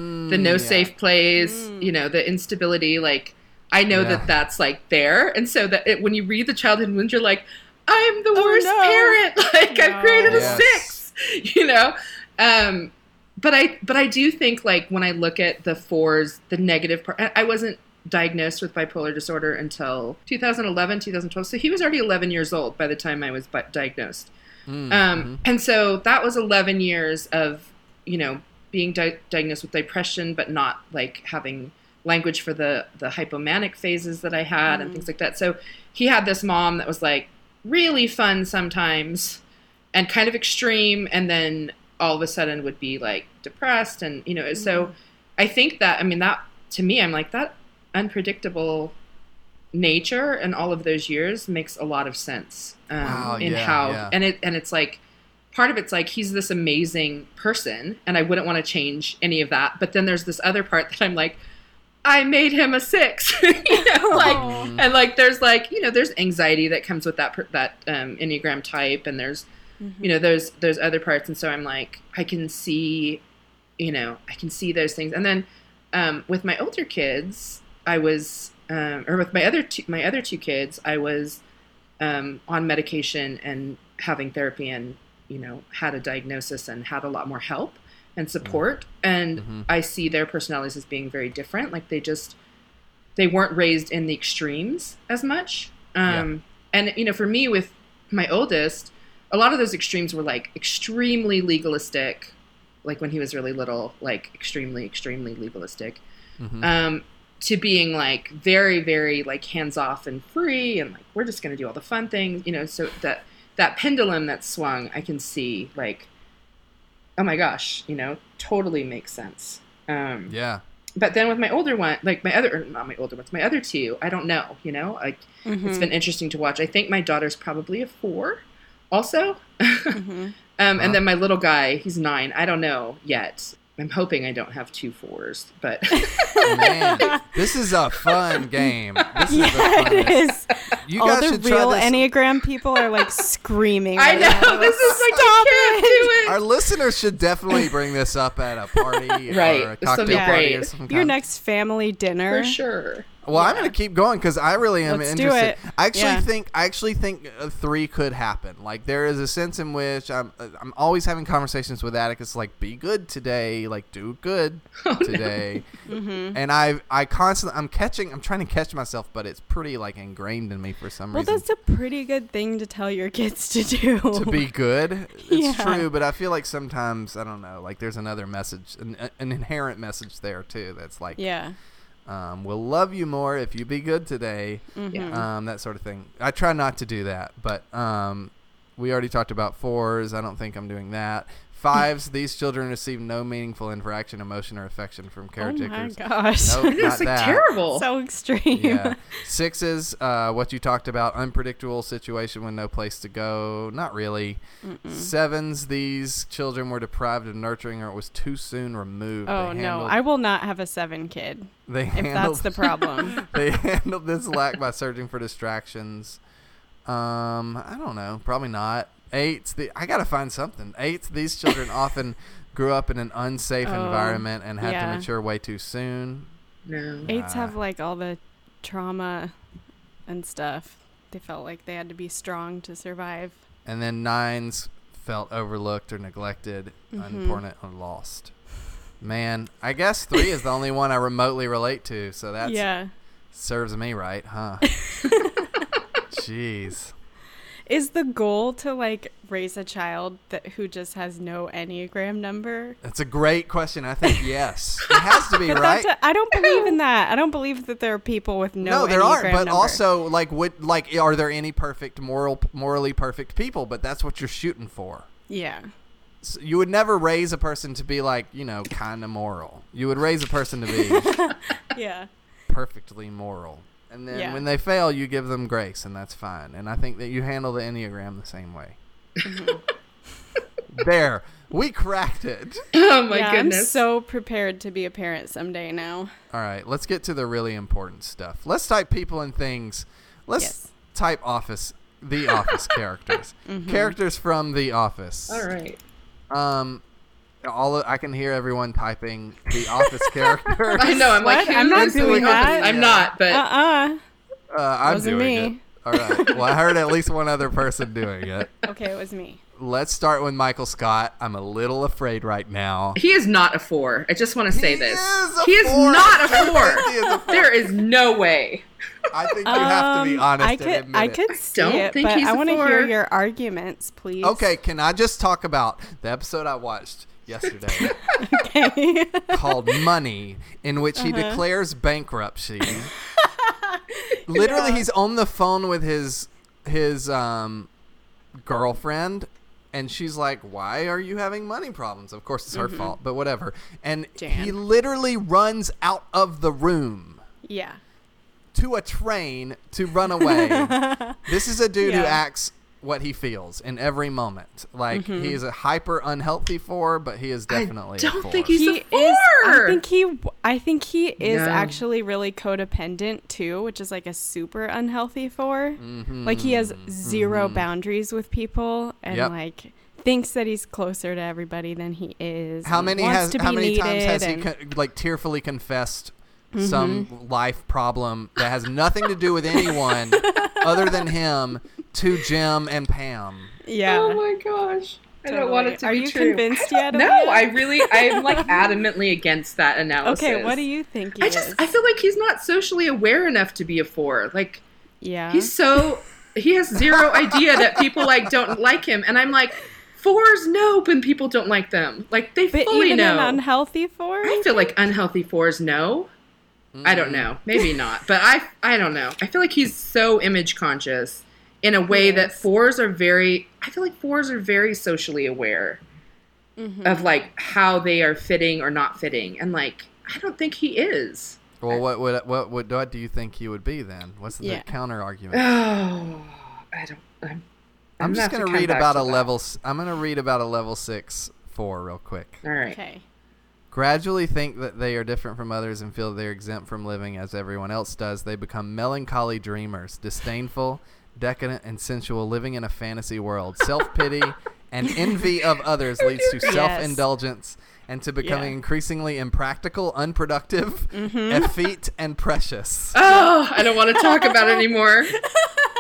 Mm, no yeah. safe plays, you know, the instability. Like I know Yeah. that that's like there, and so that it, when you read the childhood wounds, you're like, I'm the worst no. parent. Like No. I've created Yes. a six, you know. Um, but I but I do think like when I look at the fours, the negative part. I- I wasn't diagnosed with bipolar disorder until 2011, 2012. So he was already 11 years old by the time I was bi- diagnosed. Mm, Um, mhm. And so that was 11 years of, you know, being di- diagnosed with depression, but not like having language for the, the hypomanic phases that I had and things like that. So he had this mom that was like really fun sometimes and kind of extreme. And then all of a sudden would be like depressed. And, you know, Mm-hmm. so I think that, I mean, that to me, I'm like, that unpredictable nature and all of those years makes a lot of sense um, Wow, in yeah, how yeah. and it and it's like part of it's like he's this amazing person and I wouldn't want to change any of that but then there's this other part that I'm like I made him a six you know like Oh. Mm-hmm. Aw. and like there's like you know there's anxiety that comes with that per- that um, enneagram type and there's Mm-hmm. you know those those other parts and so i'm like i can see you know i can see those things and then um, with my older kids i was um, or with my other two my other two kids i was um, on medication and having therapy and you know had a diagnosis and had a lot more help and support and Mhm. i see their personalities as being very different like they just they weren't raised in the extremes as much. Um, And you know, for me with my oldest, a lot of those extremes were like extremely legalistic, like when he was really little, like extremely, extremely legalistic, Mhm. um, to being like very, very like hands off and free, and like we're just gonna do all the fun things, you know. So that that pendulum that swung, I can see like, oh my gosh, you know, totally makes sense. Um, yeah. but then with my older one, like my other, or not my older ones, my other two, I don't know, you know, like Mm-hmm. it's been interesting to watch. I think my daughter's probably a four also. um, Mhm. Wow. And then my little guy, he's nine. I don't know yet. I'm hoping I don't have two fours, but Man, this is a fun game. This is the Yeah, it funnest. is. You All guys the should real try this. Enneagram people are like screaming. I right now. know this is like, Stop I can't it. do it. Our listeners should definitely bring this up at a party Right. or a This would be cocktail party great. or something. Your next family dinner. For sure. Well, I'm gonna keep going because I really am Let's do interested. it. I actually Yeah. think I actually think uh, three could happen. Like there is a sense in which I'm uh, I'm always having conversations with Atticus, like be good today, like do good Oh, today, Mm-hmm. and I I constantly I'm catching I'm trying to catch myself, but it's pretty like ingrained in me for some Well, reason. that's a pretty good thing to tell your kids to do. to be good, it's Yeah. true, but I feel like sometimes I don't know. Like there's another message, an, an inherent message there too. That's like, Yeah. um, we'll love you more if you be good today. Mm-hmm. Mm. um, that sort of thing. I try not to do that, but um, we already talked about fours. I don't think I'm doing that. Fives, these children receive no meaningful interaction, emotion, or affection from Oh my caretakers. gosh. Nope, It's not like that. terrible. so extreme. Yeah. Sixes, uh, what you talked about, unpredictable situation with no place to go. Not really. Sevens, these children were deprived of nurturing or it was too soon removed. Oh They no, handled- I will not have a seven kid they if handled that's the problem. they handled this lack by searching for distractions. Um, I don't know. Probably not. Eights. The, I gotta find something. Eights. These children often grew up in an unsafe Oh, environment and had yeah. to mature way too soon. No. Eights have like all the trauma and stuff. They felt like they had to be strong to survive. And then nines felt overlooked or neglected, Mm-hmm. unimportant or lost. Man, I guess three is the only one I remotely relate to, so that yeah. serves me right, huh? Jeez. Is the goal to like raise a child that who just has no enneagram number? That's a great question. I think yes. It has to be, But right? that's a, I don't believe in that. I don't believe that there are people with no. no, there aren't. Enneagram But number. also, like, would like, are there any perfect moral, morally perfect people? But that's what you're shooting for. yeah, So you would never raise a person to be like, you know, kind of moral. You would raise a person to be yeah, perfectly moral, and then Yeah. when they fail, you give them grace, and that's fine. And I think that you handle the enneagram the same way. Mm-hmm. there, we cracked it. Oh my yeah. I'm goodness. so prepared to be a parent someday now. All right, let's get to the really important stuff. Let's type people and things. Let's Yes. type office, the office characters, characters from the office. Mm-hmm. All right. Um, all of, I can hear everyone typing the office characters. I know. I'm like, What? who I'm not is the doing office? that. I'm Yeah. not, but Uh uh Uh, I'm doing Wasn't me. it. All right. Well, I heard at least one other person doing it. Okay, it was me. Let's start with Michael Scott. I'm a little afraid right now. he is not a four. I just want to say He this. is a he is four. not a He four. is a- there is no way. I think you have to be Um, honest I and could, admit I it. could see don't it, think but he's I a want to hear four. your arguments, please. Okay, can I just talk about the episode I watched yesterday? Okay. called Money, in which he declares bankruptcy. Literally, he's on the phone with his his um, girlfriend, and she's like, "Why are you having money problems?" Of course, it's her fault, but whatever. And he Jan. literally runs out of the room yeah. to a train to run away. this is a dude who Yeah. acts what he feels in every moment. Like Mm-hmm. he is a hyper unhealthy four, but he is definitely. a don't four. think he's he a four. is. I think he. I think he is No. actually really codependent too, which is like a super unhealthy 4 Mm-hmm. Like he has 0 Mm-hmm. boundaries with people, and Yep. like thinks that he's closer to everybody than he is. How and many wants has to how be many times needed Mm-hmm. has he and- con- like tearfully confessed some life problem that has nothing to do with anyone other than him to Jim and Pam? yeah. Oh my gosh. I don't totally. want it to Are be you true. convinced yet? No, Olivia? I really, I'm like adamantly against that analysis. Okay, what do you think? He I just, is? I feel like he's not socially aware enough to be a four. Like, yeah. he's so, he has zero idea that people like don't like him. And I'm like, fours know when people don't like them. Like, they but fully even know. an unhealthy four. I feel like unhealthy fours know. I don't know. Maybe not. But I I don't know. I feel like he's so image conscious in a way that fours are very I feel like fours are very socially aware of like how they are fitting or not fitting. And like I don't think he is. Well, what what what what, what do you think he would be then? What's the Yeah. counter argument? Oh I don't I'm I'm just gonna gonna have to read come back about to a that. level. s- I'm gonna read about a level six four real quick. all right. Okay. gradually think that they are different from others and feel they're exempt from living as everyone else does, they become melancholy dreamers, disdainful, decadent, and sensual, living in a fantasy world. Self pity and envy of others leads to Yes. self indulgence and to becoming Yeah. Mm-hmm. increasingly impractical, unproductive, effete, and precious. Oh, I don't want to talk about it anymore.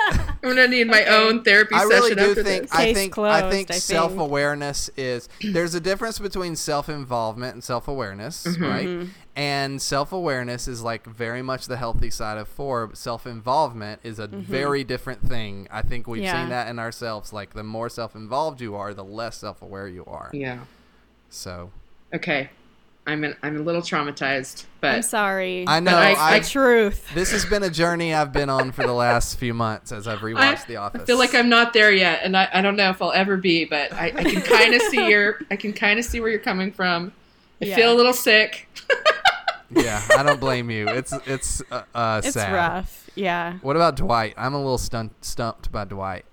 I'm gonna need my own therapy I session really do after think this. I Case think I closed, I think think. self awareness is there's a difference between self involvement and self awareness, Mm-hmm. Mm-hmm. right? And self awareness is like very much the healthy side of four. Self involvement is a very different thing. I think we've Mm-hmm. Yeah. seen that in ourselves. Like the more self involved you are, the less self aware you are. Yeah. So Okay. I'm an, I'm a little traumatized, but I'm sorry. I know I, I- I- the truth. this has been a journey I've been on for the last few months as I've rewatched I, The Office. I feel like I'm not there yet, and I, I don't know if I'll ever be, but I, I can kind of see your I can kind of see where you're coming from. I Yeah. feel a little sick. yeah, I don't blame you. It's it's uh, uh, It's sad. rough. Yeah. What about Dwight? I'm a little stun- stumped by Dwight.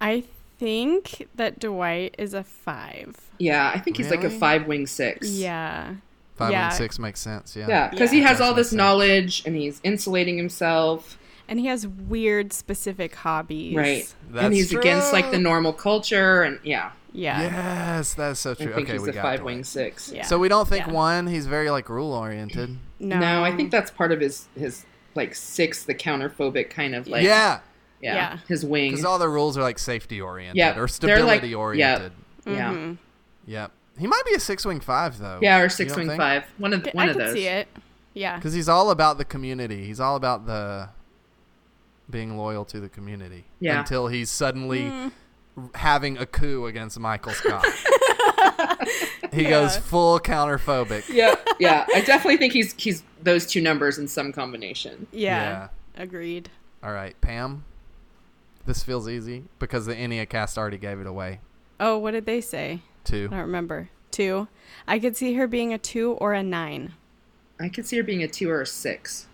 I think that Dwight is a five. Yeah, I think he's like Really? a five wing six. Yeah. Five Yeah. and six makes sense. Yeah. yeah, because he Yeah. has all this Makes sense. knowledge and he's insulating himself, And he has weird specific hobbies. right? That's and he's against like the true. normal culture, and yeah, Yeah. Yes, that's so I true. think okay, he's we a got five Dwight. wing six. Yeah. So we don't think Yeah. one. He's very like rule oriented. No. No, I think that's part of his his like six, the counterphobic kind of like yeah, yeah, Yeah. his wing. because all the rules are like safety oriented Yeah, or they're, like- stability oriented. yeah, Mhm. Yep. He might be a six wing five though. yeah, or six wing five. One of the, Okay, one I of could those. see it. Yeah. Because he's all about the community. He's all about the being loyal to the community. Yeah. Until he's suddenly Hmm. r- having a coup against Michael Scott. he goes full counterphobic. Yeah, yeah. I definitely think he's he's those two numbers in some combination. Yeah. Agreed. All right, Pam. This feels easy because the Enneacast already gave it away. Oh, what did they say? Two. I don't remember. Two. I could see her being a two or a nine. I could see her being a two or a six.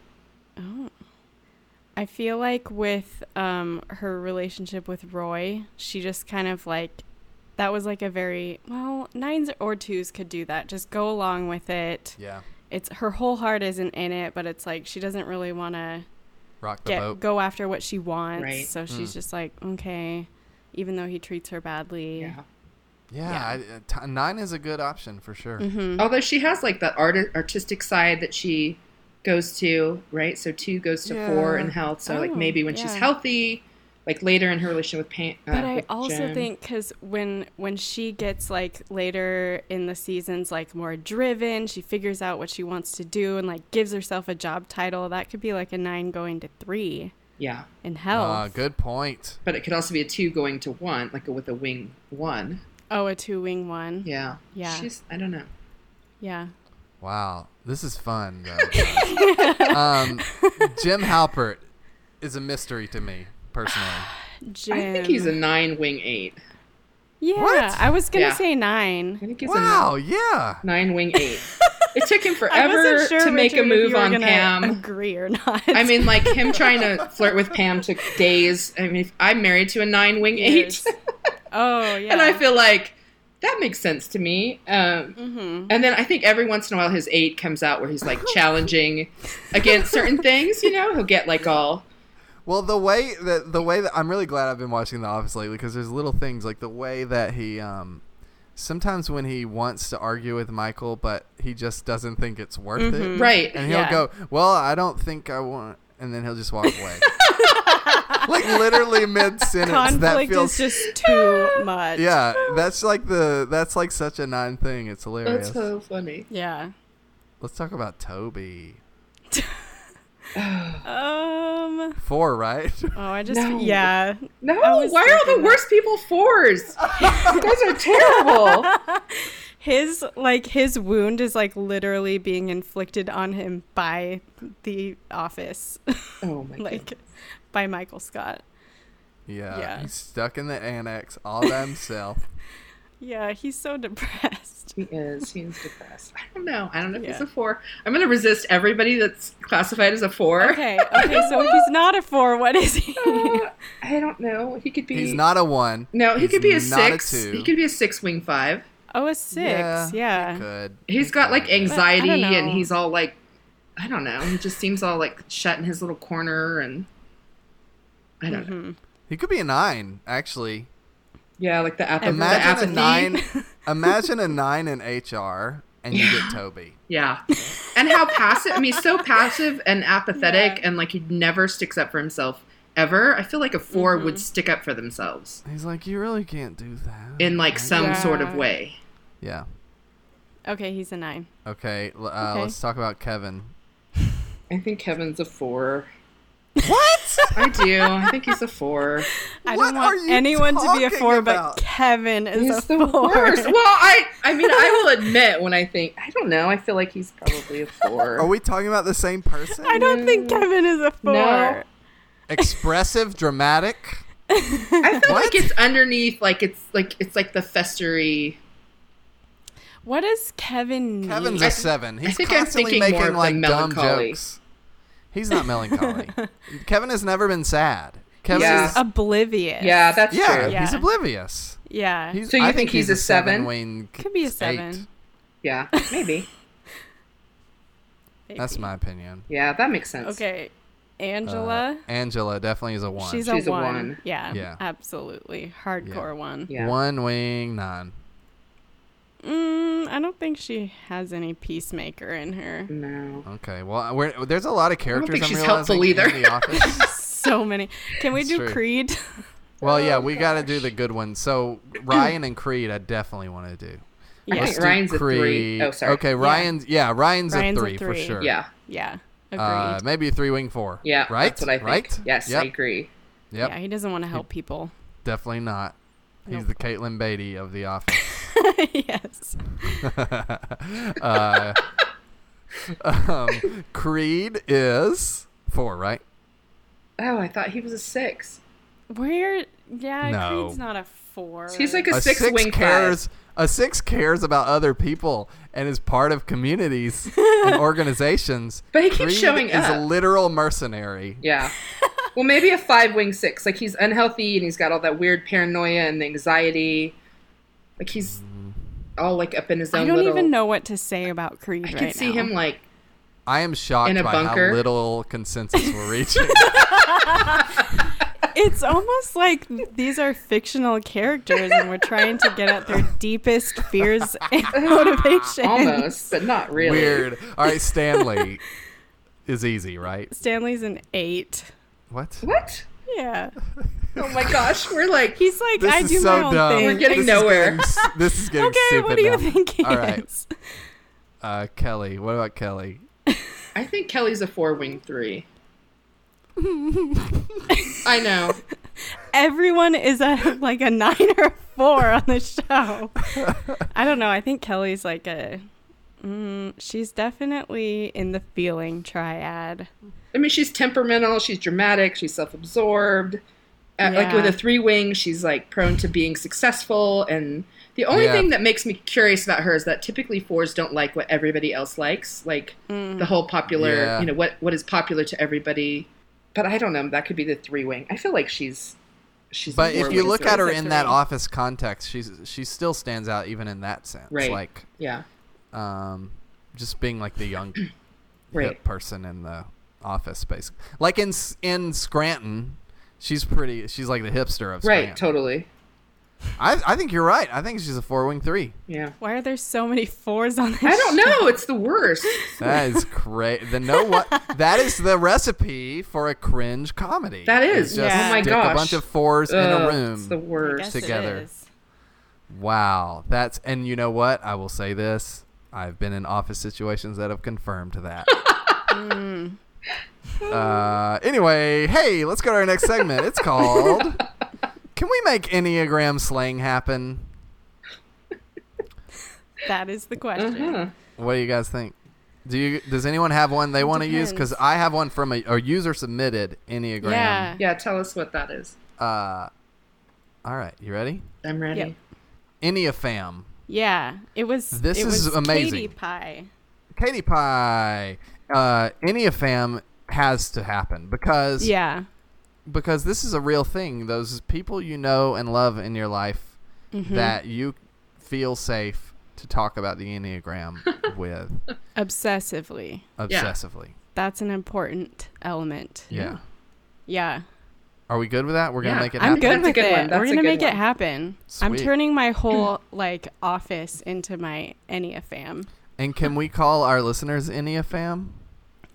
I feel like with um, her relationship with Roy, she just kind of like that was like a very well nines or twos could do that. Just go along with it. Yeah. It's her whole heart isn't in it, but it's like she doesn't really want to Rock the get boat. go after what she wants. Right. So she's just like okay, even though he treats her badly. Yeah. Mm-hmm. yeah. I- uh, t- nine is a good option for sure. Mm. Although she has like that art- artistic side that she goes to, right? So two goes to four Yeah. in health. So Oh, like maybe when she's yeah. healthy, like later in her relationship with Pam. But I also think because when when she gets like later in the seasons like more driven, she figures out what she wants to do and like gives herself a job title. That could be like a nine going to three yeah, in hell. Uh, good point. but it could also be a two going to one, like with a wing one. Oh, a two wing one. Yeah. Yeah, Yeah. She's I don't know. Wow. This is fun, though. um, Jim Halpert is a mystery to me, personally. Jim. I think he's a nine wing eight. yeah. What? I was gonna Yeah. say I nine. think he's a Wow. Yeah. nine wing eight. it took him I forever wasn't sure to make a Richard, if move you were on gonna Pam. Agree or not? I mean, like him trying to flirt with Pam took days. I mean, if I'm married to a nine wing eight, Years. oh yeah. and I feel like that makes sense to me. Um, Mm-hmm. And then I think every once in a while his eight comes out where he's like challenging against certain things. You know, he'll get like all Well, the way that the way that I'm really glad I've been watching The Office lately because there's little things like the way that he um sometimes when he wants to argue with Michael, but he just doesn't think it's worth it. right. And he'll Yeah. go, "Well, I don't think I want," and then he'll just walk away. like literally mid sentence. That conflict feels is just too much. yeah. That's like the that's like such a nine thing. It's hilarious. That's so funny. Yeah. Let's talk about Toby. Um. Four, right? Oh, I just No. yeah. No, I was why are all the thinking worst people fours? you guys are terrible. His like his wound is like literally being inflicted on him by the office, Oh my god. like by Michael Scott. yeah. Yeah. He's stuck in the annex all by himself. Yeah, he's so depressed. He is. He is depressed. I don't know. I don't know if he's Yeah. a four. I'm gonna resist everybody that's classified as a four. Okay, okay. So if he's not a four, what is he? Uh, I don't know. He could be. He's not a one. No, he He's could be a not six. two. He could be a six wing five. Oh, a six. Yeah. He could. He's got like anxiety, know. and he's all like, I don't know. He just seems all like shut in his little corner, and I don't know. Mm-hmm. He could be a nine, actually. Yeah, like the apathy. the Imagine a apathy. nine. imagine a nine in HR, and you get Toby. Yeah. And how passive, I mean, he's so passive and apathetic and like he never sticks up for himself ever. I feel like a 4 Mm-hmm. would stick up for themselves He's like, you really can't do that. in like some sort of Yeah. way. yeah. Okay, he's a nine. Okay, l- uh, Okay. Let's talk about Kevin. I think Kevin's a four. What? I do. I think he's a four. I What don't are want you anyone to be a talking four, about? but Kevin is He's a the four. worst. Well, I I mean, I will admit when I think I don't know, I feel like he's probably a four. Are we talking about the same person? I don't think Kevin is a four. No. Expressive, dramatic. I feel What? like it's underneath like it's like it's like the festery What does Kevin need? Kevin's a seven. He's think I'm constantly thinking more making of the like dumb melancholy. jokes. He's not melancholy. Kevin has never been sad. Kevin Yeah. is, oblivious. Yeah, that's yeah, true. Yeah. he's oblivious. Yeah. He's, So you I think he's a seven? when Could be a eight. seven. Yeah, maybe. maybe. That's my opinion. Yeah, that makes sense. Okay. Uh, Angela. Angela definitely is a one. she's, She's a, a one. one. Yeah. Yeah. Absolutely. Hardcore one. Yeah. One wing nine. Mm, I don't think she has any peacemaker in her. No. Okay. Well, uh, we're, there's a lot of characters. think am she's realizing helpful either. In the office. So many. Can we It's do true. Creed? well, Oh, yeah, we got to do the good ones. So Ryan and Creed, I definitely want to do. I yeah. think Let's do Ryan's a three. Creed. Oh, sorry. Okay, Ryan's yeah, Ryan's, Ryan's a, a three for three. sure. Yeah. Yeah. Agreed. Uh, maybe a three wing four. Yeah. Right. That's what I think. Right. Yes, Yep. I agree. Yep. Yeah. He doesn't want to help people. Definitely not. He's the Caitlin Beatty of the office. yes. uh, um, Creed is four, right? Oh, I thought he was a six. Where? Yeah. No. Creed's not a four. He's like a, a six, six wing cares. A six cares about other people and is part of communities and organizations. But he keeps Creed showing is a up. literal mercenary. five. Yeah. well, maybe a five wing six. Like he's unhealthy and he's got all that weird paranoia and anxiety. Like he's all like up in his own. Mm-hmm. I don't little, even know what to say about Creed I right can see now. him like I am shocked In a by bunker. how little consensus we're reaching. It's almost like these are fictional characters, and we're trying to get at their deepest fears and motivations. almost, but not really. Weird. All right, Stanley is easy, right? Stanley's an eight. What? What? Yeah, Oh my gosh, we're like he's like This I is do so my own dumb. thing. we're getting This is nowhere. getting s- this is getting okay, stupid. what do you now. think he All right, is? uh, Kelly. What about Kelly? I think Kelly's a four wing three. I know. Everyone is a like a nine or a four on the show. I don't know. I think Kelly's like a. Mm, she's definitely in the feeling triad. I mean, she's temperamental, she's dramatic, she's self absorbed. Like Yeah. with a three wing, she's like prone to being successful. And the only Yeah. thing that makes me curious about her is that typically fours don't like what everybody else likes, like the whole popular, Mm. Yeah. you know, what, what is popular to everybody. But I don't know. That could be the three wing. I feel like she's. she's But more if you wing look three. at her It's a in that three. office context, she's she still stands out even in that sense. Right. Like, Yeah. um, just being like the young Right. hip person in the office, basically. Like in S- in Scranton, she's pretty. She's like the hipster of Scranton. Right. Totally. I I think you're right. I think she's a four wing three. Yeah. Why are there so many fours on this? I don't know. It's the worst. That is crazy. The no what that is the recipe for a cringe comedy. That It's is. Yeah. Oh my stick A gosh. bunch of fours in a Ugh, room. It's the I worst. guess it together. is. Wow, that's and you know what? I will say this: I've been in office situations that have confirmed that. uh, anyway, hey, let's go to our next segment. It's called "Can We Make Enneagram Slang Happen?" That is the question. Mm-hmm. What do you guys think? Do you? Does anyone have one they want to use? Because Depends. I have one from a, a user submitted Enneagram. Yeah. Yeah, tell us what that is. Uh, all right, you ready? I'm ready. Yep. Enneafam. Yeah, it was. This it is was amazing. Katie Pie. Katie Pie. Uh, Enneafam has to happen because Yeah, because this is a real thing. Those people you know and love in your life Mm-hmm. that you feel safe to talk about the Enneagram with obsessively. obsessively. That's an important element. Yeah. Yeah, Are we good with that? We're gonna Yeah, make it I'm happen. good That's a with good it. one. That's We're a gonna good make it one. Hmm. happen. I'm Sweet. turning my whole like office into my Enneafam. And can we call our listeners Enneafam? fam?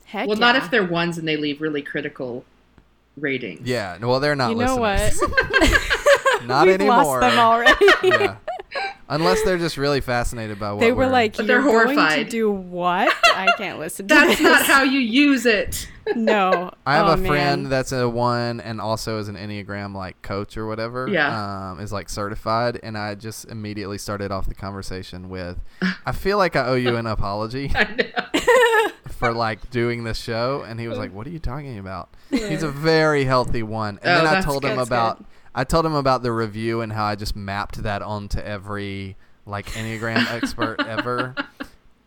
Heck well, not yeah. if they're ones and they leave really critical ratings. Yeah. Well, they're not You know listeners. not We've anymore. lost them already. yeah. Unless they're just really fascinated by what they were we're- like, But they're "You're going to horrified. do what? I can't listen to That's this. not how you use it. no. I have Oh, a friend man. that's a one and also is an Enneagram like coach or whatever. Yeah. Um, is like certified. And I just immediately started off the conversation with I feel like I owe you an apology for like doing this show. And he was like, What are you talking about? He's a very healthy one. And Oh, then I that's told him good. That's about good. I told him about the review and how I just mapped that onto every like Enneagram expert ever.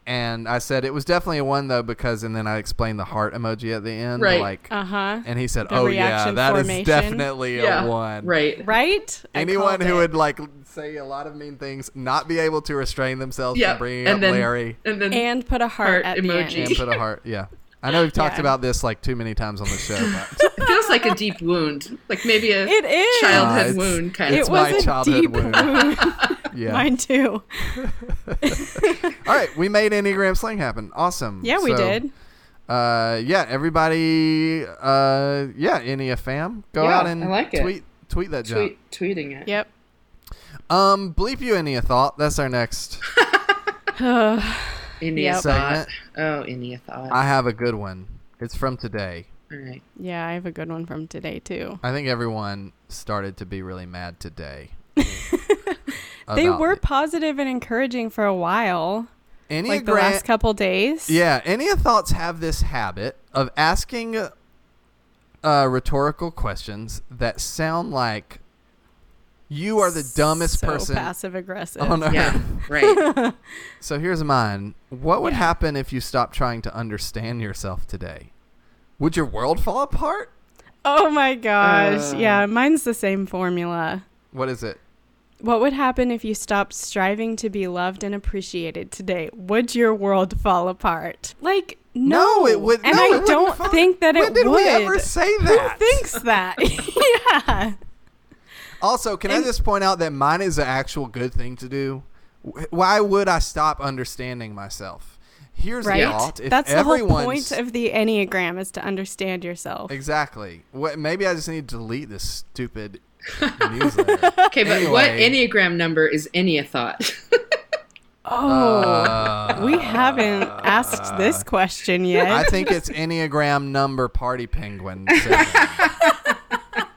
And I said it was definitely a one though because and then I explained the heart emoji at the end. Right. Like Uh-huh. and he said, The "Oh yeah, reaction that is formation. definitely Yeah. a one." Right. right? I Anyone called who it. would like say a lot of mean things, not be able to restrain themselves Yeah. from bringing and up then Larry and then and put a heart, Heart at emoji. the and end. put a heart. Yeah, I know we've talked Yeah. about this like too many times on the show, but it feels like a deep wound, like maybe a It is. Uh, childhood it's- wound kind it it's of. my was a childhood deep wound. wound. yeah. Mine too. All right, we made Enneagram Sling happen. Awesome. Yeah, we So, did. Uh, yeah, everybody. Uh, yeah, Ennea fam, go Yeah, out and I like it. tweet tweet that junk. Tweet, tweeting it. Yep. Um, bleep you Ennea thought. That's our next. Inia Yep. thought. Oh, Inia thought. I have a good one. It's from today. All right. Yeah, I have a good one from today too. I think everyone started to be really mad today. They about were it. positive and encouraging for a while, Enneagram. like the last couple days. yeah, any thoughts have this habit of asking uh, rhetorical questions that sound like you are the dumbest so person Oh, passive aggressive. on earth. Yeah. Right. So here's mine. What would happen if you stopped trying to understand yourself today? Would your world fall apart? Oh my gosh. Uh. yeah, mine's the same formula. What is it? What would happen if you stopped striving to be loved and appreciated today? Would your world fall apart? Like, no, it would. And no, it I wouldn't don't fall- think that when it did would. we ever say that? Who thinks that? yeah. Also, can I And- just point out that mine is an actual good thing to do? Wh- Why would I stop understanding myself? Here's Right. a thought. If That's the whole everyone's, point of the Enneagram is to understand yourself. exactly. What, maybe I just need to delete this stupid newsletter. Okay, but what Anyway. Enneagram number is Inia thought? Oh, Uh, we haven't asked this question yet. Ah. I think it's Enneagram number party penguin. seven.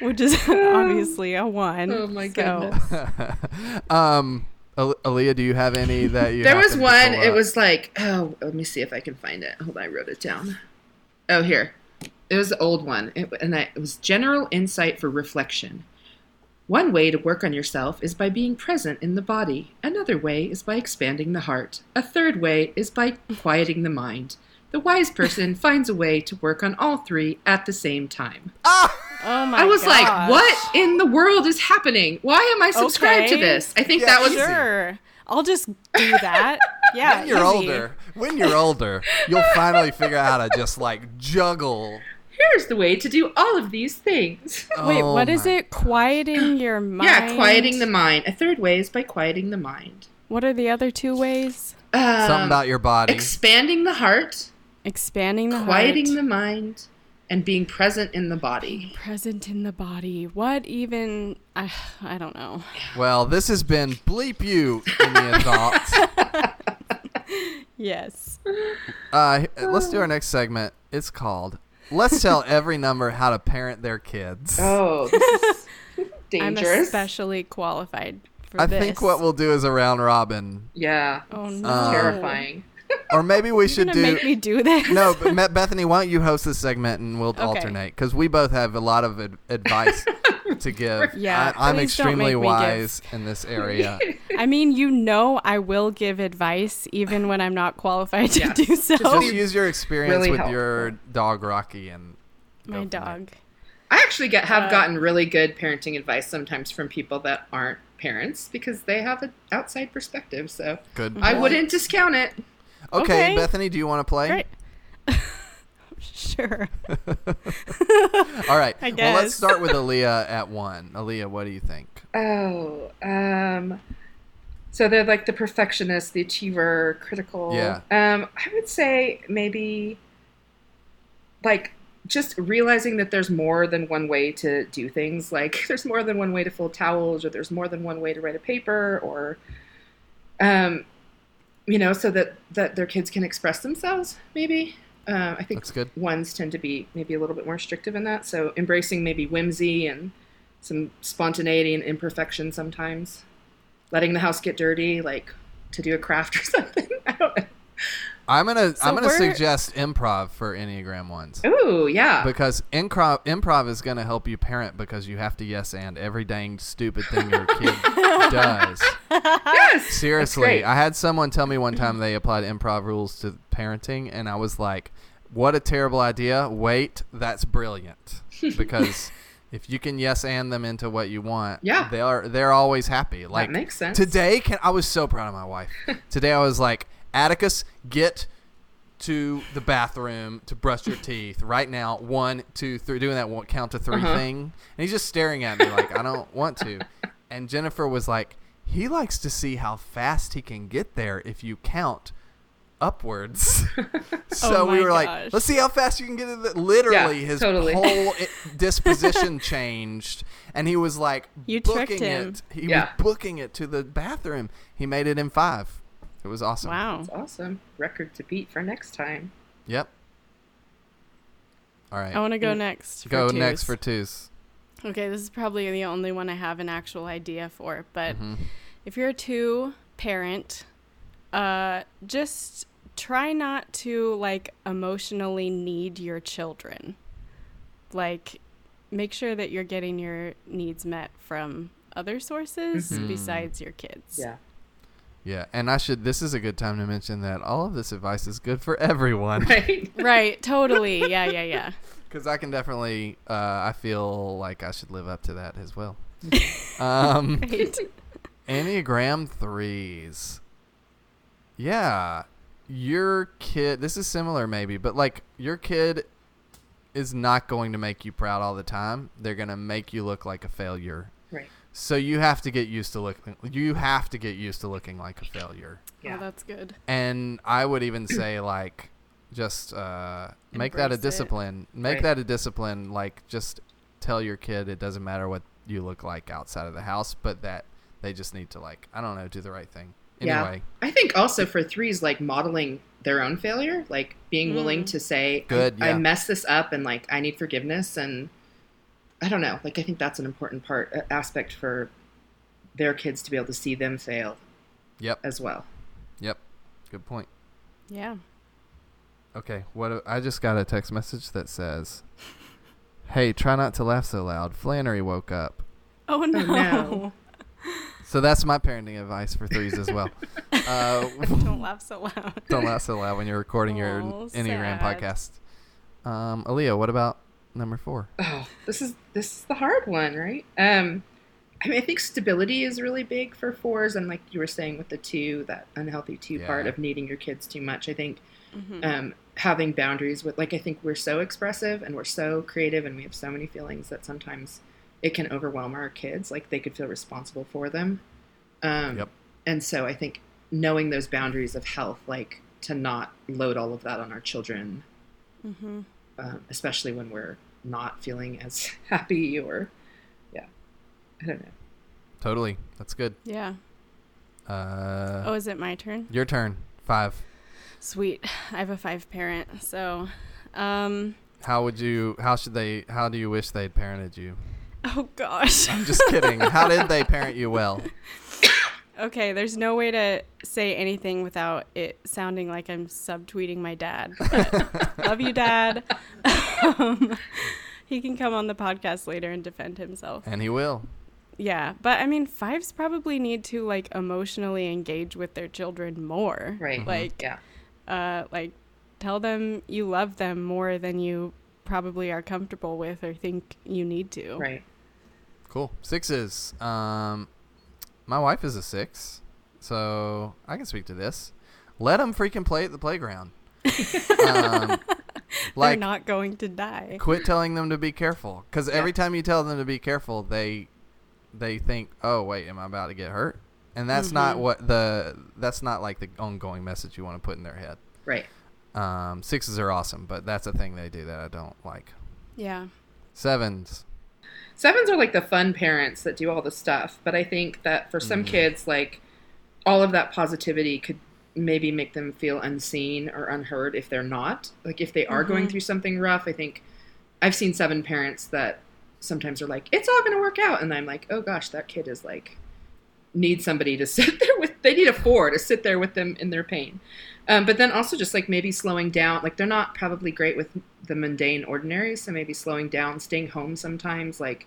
which is obviously a one. Oh my so- goodness. um, Al- Aaliyah, do you have any that you? there was happened to one. pull It up? was like, oh, let me see if I can find it. Hold on, I wrote it down. Oh, here. It was the old one, it, and I, it was general insight for reflection. One way to work on yourself is by being present in the body. Another way is by expanding the heart. A third way is by quieting the mind. The wise person finds a way to work on all three at the same time. Oh my I was like, gosh. what in the world is happening? Why am I subscribed to Okay. this? I think Yeah, that was sure. Sure. I'll just do that. Yeah. when you're easy. older, when you're older, you'll finally figure out how to just like juggle. here's the way to do all of these things. Wait, Oh what is my- it? Quieting your mind. Yeah, quieting the mind. A third way is by quieting the mind. What are the other two ways? Um, Something about your body. expanding the heart, Expanding the quieting heart. the mind, and being present in the body. present in the body. What even? I, I don't know. well, this has been bleep you in your thoughts. Yes. Uh, h- let's do our next segment. It's called "Let's Tell Every Number How to Parent Their Kids." Oh, this is I'm dangerous. especially qualified for I this. think what we'll do is a round robin, yeah, Oh it's no. terrifying. or maybe we You're should gonna Um, do. make me do this. no, but Ma- Bethany, why don't you host this segment and we'll alternate because we both have a lot of ad- advice to give. Yeah, I- I'm please don't extremely make me give- wise in this area. I mean, you know, I will give advice even when I'm not qualified to Yes. do so. Just use your experience really with helpful. your dog Rocky and My go from there. dog. I actually get Uh, have gotten really good parenting advice sometimes from people that aren't parents because they have an outside perspective. So Good. I point. wouldn't discount it. Okay, Mm-hmm. Okay. Bethany, do you want to play? Great. sure. All right. I Well, let's guess. start with Aaliyah at one. Aaliyah, what do you think? Oh, um, so they're like the perfectionist, the achiever, critical. Yeah. Um, I would say maybe like just realizing that there's more than one way to do things. Like there's more than one way to fold towels, or there's more than one way to write a paper, or um, you know, so that that their kids can express themselves. Maybe. Um, I think That's good. ones tend to be maybe a little bit more restrictive in that. So embracing maybe whimsy and some spontaneity and imperfection sometimes. Letting the house get dirty, like to do a craft or something. I don't know. I'm gonna So I'm gonna we're- suggest improv for Enneagram ones. Ooh, yeah. Because improv improv is gonna help you parent because you have to yes and every dang stupid thing your kid does. yes. Seriously, great. I had someone tell me one time they applied improv rules to parenting, and I was like, "What a terrible idea! Wait, that's brilliant!" Because if you can yes and them into what you want, Yeah. they are they're always happy. Like makes sense. Today, can I was so proud of my wife. today, I was like, "Atticus, get." To the bathroom to brush your teeth right now. One, two, three. Doing that one, count to 3 Uh-huh. thing, and he's just staring at me like I don't want to. And Jennifer was like, "He likes to see how fast he can get there if you count upwards." so Oh we my were gosh. like, "Let's see how fast you can get it." Literally, Yeah, his totally. whole i disposition changed, and he was like, You booking tricked him. it. He Yeah. was booking it to the bathroom. He made it in five. It was awesome. Wow. That's awesome. Record to beat for next time. Yep. All right. I want to go next. for go next twos. for twos. Okay, this is probably the only one I have an actual idea for, but if you're a two parent, uh, just try not to like emotionally need your children. Like, make sure that you're getting your needs met from other sources besides your kids. Yeah. Yeah, and I should. This is a good time to mention that all of this advice is good for everyone. Right? Right, totally. Yeah, yeah, yeah. Because I can definitely, uh, I feel like I should live up to that as well. um, Right. Enneagram threes. Yeah, your kid. This is similar, maybe, but like your kid is not going to make you proud all the time. They're gonna make you look like a failure. Right. So you have to get used to looking. You have to get used to looking like a failure Yeah. Oh, that's good. and I would even say like just uh, make that a Embrace it. discipline. Make Right. that a discipline. Like just tell your kid it doesn't matter what you look like outside of the house, but that they just need to like I don't know do the right thing. Anyway, I think also for threes, like modeling their own failure, like being willing to say, Good, I, I yeah. messed this up and like I need forgiveness. And I don't know, like I think that's an important part, uh, aspect for their kids to be able to see them fail yep, Uh, as well. yep, good point. Yeah. Okay, what do- I just got a text message that says, "Hey, try not to laugh so loud." Flannery woke up. Oh no. no. So that's my parenting advice for threes as well. uh, Don't laugh so loud. Don't laugh so loud when you're recording your Aw, Enneagram sad. podcast. Um, Aaliyah, what about number four? Oh, this is this is the hard one, right? Um, I mean, I think stability is really big for fours, and like you were saying with the two, that unhealthy two part Yeah. of needing your kids too much. I think Mm-hmm. um, having boundaries with, like, I think we're so expressive and we're so creative, and we have so many feelings that sometimes it can overwhelm our kids. Like they could feel responsible for them. Um, Yep. And so I think knowing those boundaries of health, like to not load all of that on our children, Mm-hmm. um, especially when we're not feeling as happy or yeah i don't know Totally, that's good. Yeah. Uh, Oh, is it my turn? Your turn. Five. Sweet. I have a five parent, so um How would you? How should they? How do you wish they'd parented you? oh gosh. I'm just kidding. how did they parent you well? Okay, there's no way to say anything without it sounding like I'm subtweeting my dad. but love you, Dad. um, he can come on the podcast later and defend himself. Eh. And he will. Yeah, but I mean, fives probably need to like emotionally engage with their children more. Right. Mhm. Like, yeah uh, like tell them you love them more than you probably are comfortable with or think you need to. right Cool. Sixes. Um, my wife is a six, so I can speak to this. Let them freaking play at the playground. um, They're Like, not going to die. quit telling them to be careful. Because every time you tell them to be careful, they they think, "Oh, wait, am I about to get hurt?" And that's Mm-hmm. not what the that's not like the ongoing message you want to put in their head. Right. Um, sixes are awesome, but that's a thing they do that I don't like. Yeah. Sevens. Sevens are like the fun parents that do all the stuff, but I think that for some kids, like all of that positivity could maybe make them feel unseen or unheard if they're not. Like if they are going through something rough, I think I've seen seven parents that sometimes are like, "It's all going to work out," and I'm like, "Oh gosh, that kid is like need somebody to sit there with. They need a four to sit there with them in their pain." Um, but then also just like maybe slowing down. Like they're not probably great with the mundane ordinary, so maybe slowing down, staying home sometimes. Like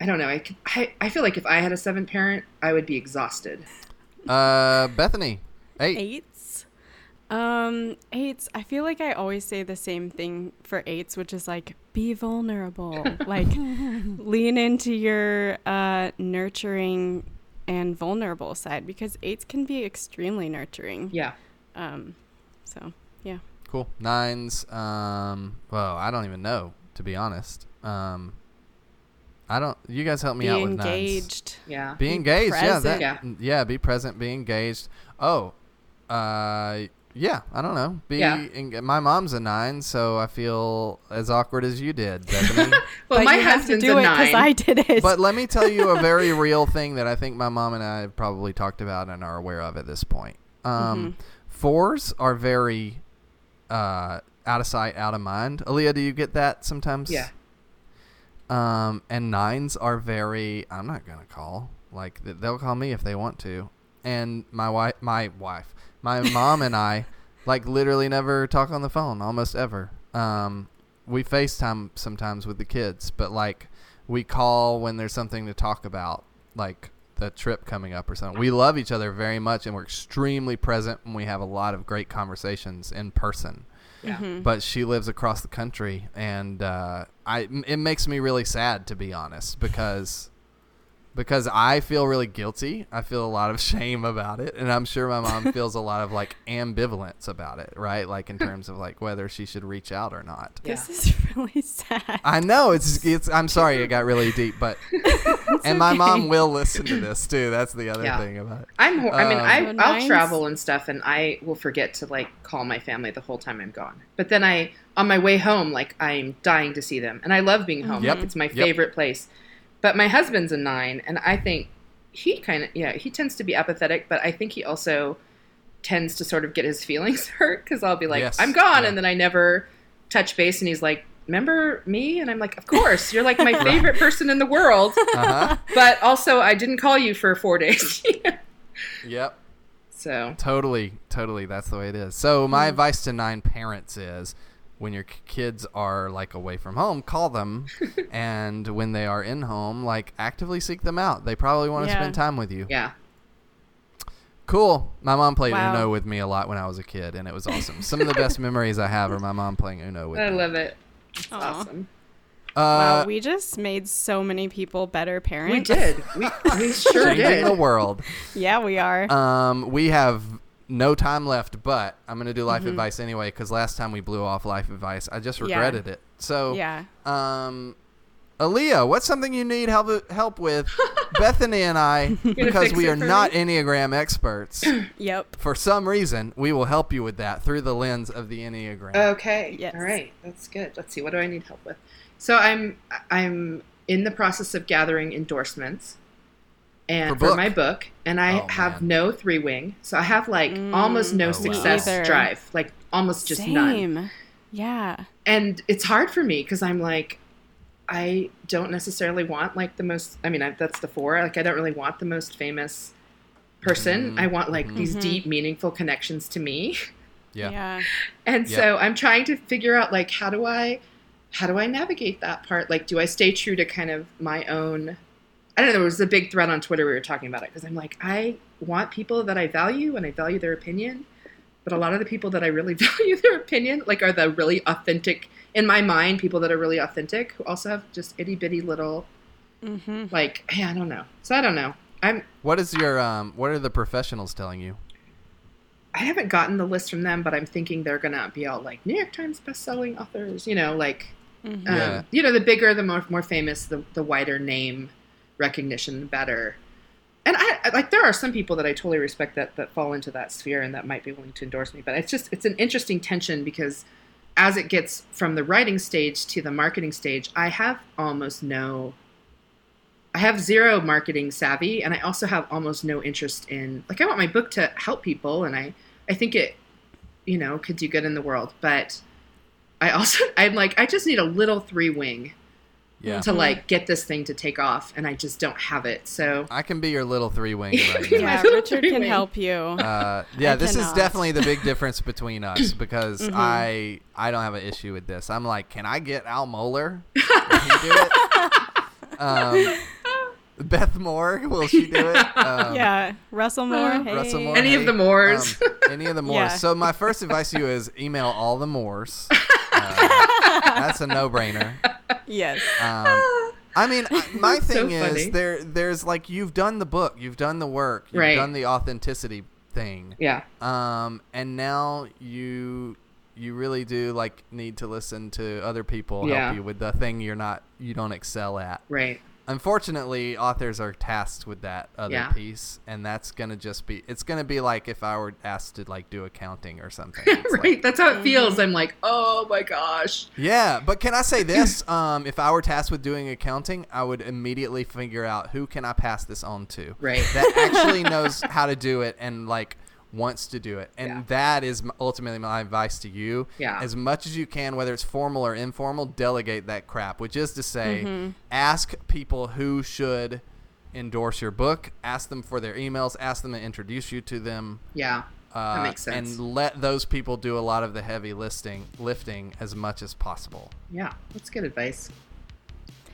I don't know. I, could- I, I feel like if I had a seven parent, I would be exhausted. Uh, Bethany. Eight. Eights. Um, eights. I feel like I always say the same thing for eights, which is like be vulnerable. like lean into your uh nurturing and vulnerable side because eights can be extremely nurturing. Yeah. Um so yeah. Cool. Nines. Um, well, I don't even know to be honest. Um, I don't. You guys help me Be out with nines. engaged. Yeah. Be engaged. yeah, that, yeah. Yeah. Be present. Be engaged. Oh, uh, yeah. I don't know. Be. Yeah. en- my mom's a nine, so I feel as awkward as you did, Bethany. Well, But my you have husband's to do a it nine. I did it. but let me tell you a very real thing that I think my mom and I have probably talked about and are aware of at this point. Mm-hmm. Um, Fours are very uh, out of sight, out of mind. Aaliyah, do you get that sometimes? Yeah. Um, and nines are very. I'm not gonna call. Like th- they'll call me if they want to. And my wife, my wife, my mom and I, like literally never talk on the phone, almost ever. Um, we FaceTime sometimes with the kids, but like we call when there's something to talk about, like the trip coming up or something. We love each other very much, and we're extremely present, and we have a lot of great conversations in person Yeah. Mm-hmm. but she lives across the country, and uh, I m- it makes me really sad to be honest because because I feel really guilty. I feel a lot of shame about it, and I'm sure my mom feels a lot of like ambivalence about it, right? Like in terms of like whether she should reach out or not. Yeah. this is really sad. I know it's it's. I'm sorry it got really deep, but and my mom will listen to this too. That's the other Yeah. thing about it. I'm. Hor- I mean, Um, I, So I'll nines? travel and stuff, and I will forget to like call my family the whole time I'm gone. But then I, on my way home, like I'm dying to see them, and I love being home. Yep. Like, it's my Yep. favorite place. But my husband's a nine, and I think he kind of yeah he tends to be apathetic, but I think he also tends to sort of get his feelings hurt because I'll be like Yes. I'm gone, Yeah. and then I never touch base, and he's like. Remember me? And I'm like, of course, you're like my favorite person in the world, Uh huh. but also I didn't call you for four days. yep. so Totally, totally. That's the way it is. So my advice to nine parents is, when your k- kids are like away from home, call them, and when they are in home, like actively seek them out. They probably want to Yeah. spend time with you. yeah, Cool. My mom played Wow. Uno with me a lot when I was a kid, and it was awesome. Some of the best memories I have are my mom playing Uno with I me. love it. Aw. Awesome. Wow, Uh, we just made so many people better parents. We did. We, we sure changing the did. world. Yeah, we are. Um, we have no time left, but I'm gonna do Mm-hmm. life advice anyway because last time we blew off life advice. I just regretted it. So Yeah. Um, Aaliyah, what's something you need help help with? Bethany and I, because fix we it are for not Enneagram experts, Yep. for some reason, we will help you with that through the lens of the Enneagram. Uh, Okay. Yes. All right. That's good. Let's see. What do I need help with? So I'm I'm in the process of gathering endorsements, and For for, book? my book, and I Oh, have man. no three wing, so I have like Mm, almost no Oh, wow. success Either. drive, like almost just none. Yeah. and it's hard for me because I'm like, I don't necessarily want like the most. I mean, I, that's the four. Like, I don't really want the most famous person. Mhm. I want like Mhm. these Mhm. deep, meaningful connections to me. Yeah. And Yeah. so I'm trying to figure out like how do I how do I navigate that part? Like do I stay true to kind of my own I don't know, it was a big thread on Twitter we were talking about it because I'm like I want people that I value and I value their opinion, but a lot of the people that I really value their opinion like are the really authentic in my mind people that are really authentic who also have just itty bitty little Mm-hmm. like hey, I don't know. So I don't know. I'm What is your um? What are the professionals telling you? I haven't gotten the list from them, but I'm thinking they're gonna be all like New York Times best-selling authors, you know, like um, Yeah. you know, the bigger, the more more famous, the the wider name recognition, the better. And I I- like there are some people that I totally respect that that fall into that sphere and that might be willing to endorse me, but it's just it's an interesting tension because as it gets from the writing stage to the marketing stage, I have almost no I have zero marketing savvy and I also have almost no interest in like I want my book to help people and I I think it you know could do good in the world, but I also I'm like I just need a little three wing Yeah. to like get this thing to take off and I just don't have it. So I can be your little three wing right now. Yeah, little Richard can three-way. help you. Uh, yeah, I this is cannot. Mm-hmm. definitely the big difference between us because I I don't have an issue with this. I'm like, can I get Al Mohler? Can he do it? Um, Beth Moore, will she do it? Um, yeah, Russell Moore. hey. Russell Moore. Any of hey, the Moores. um, any of the Moores. Yeah. So my first advice to you is email all the Moores. Uh, that's a no-brainer. Yes. Um, I mean, I- my That's so thing is funny. there. There's like you've done the book, you've done the work, you've Right. done the authenticity thing, yeah. um, and now you you really do like need to listen to other people Yeah. help you with the thing you're not you don't excel at. Right. Unfortunately, authors are tasked with that other Yeah. piece, and that's gonna just be it's gonna be like if I were asked to like do accounting or something. It's like, right. That's how Mm-hmm. it feels. I'm like, "Oh my gosh." yeah, but can I say this? Um, if I were tasked with doing accounting, I would immediately figure out who can I pass this on to, Right. That actually knows how to do it and like wants to do it, and Yeah. that is m- ultimately my advice to you. Yeah. as much as you can, whether it's formal or informal, delegate that crap. Which is to say, Mm-hmm. ask people who should endorse your book, ask them for their emails, ask them to introduce you to them. Yeah. Uh, makes sense. And let those people do a lot of the heavy listing, lifting as much as possible. Yeah. That's good advice.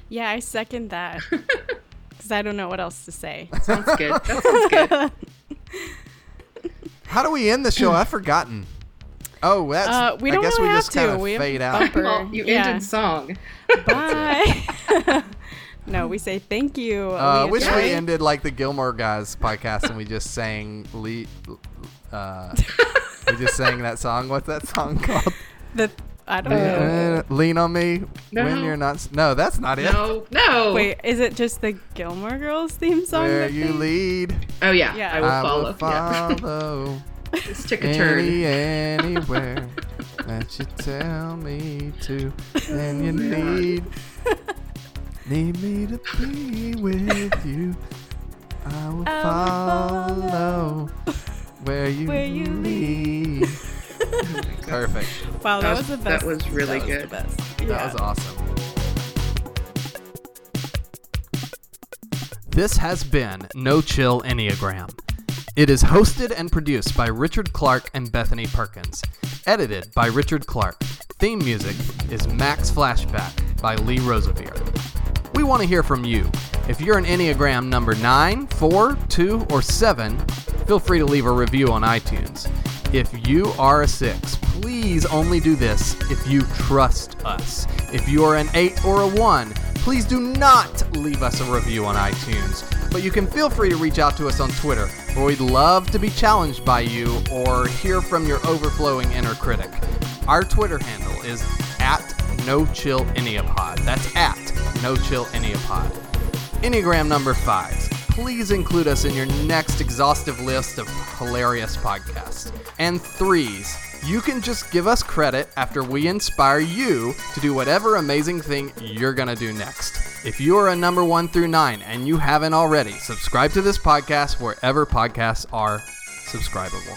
Yeah, I second that. Because I don't know what else to say. Sounds good. That sounds good. How do we end the show? I've forgotten. Oh, that's. Uh, we I don't guess really we have just to. kind of We have fade a out. bumper. Well, you Yeah. ended song. Bye. no, we say thank you. Uh, We wish enjoy- we ended like the Gilmore Guys podcast and we just sang le- uh, we just sang that song. What's that song called? the I don't know. Uh, Lean on me when No. you're not. s- No, that's not it. No. No. Wait, is it just the Gilmore Girls theme song? Where that you they- lead, Oh yeah. Yeah. I will I follow. will Yeah. follow. this took a turn. Any, anywhere that you tell me to, and you need need me to be with you. I will I will follow where you, where you lead. Perfect. Wow, that, That was was- the best. that was really that was good. the best. That Yeah. was awesome. This has been No Chill Enneagram. It is hosted and produced by Richard Clark and Bethany Perkins. Edited by Richard Clark. Theme music is Max Flashback by Lee Rosevier. We want to hear from you. If you're an Enneagram number 9, 4, 2, or 7, feel free to leave a review on iTunes. If you are a 6, please only do this if you trust us. If you are an 8 or a 1, please do not leave us a review on iTunes. But you can feel free to reach out to us on Twitter, where we'd love to be challenged by you or hear from your overflowing inner critic. Our Twitter handle is at no chill enneapod. That's at no chill enneapod. Enneagram number fives. Please include us in your next exhaustive list of hilarious podcasts. And threes. You can just give us credit after we inspire you to do whatever amazing thing you're going to do next. If you are a number one through nine and you haven't already, subscribe to this podcast wherever podcasts are subscribable.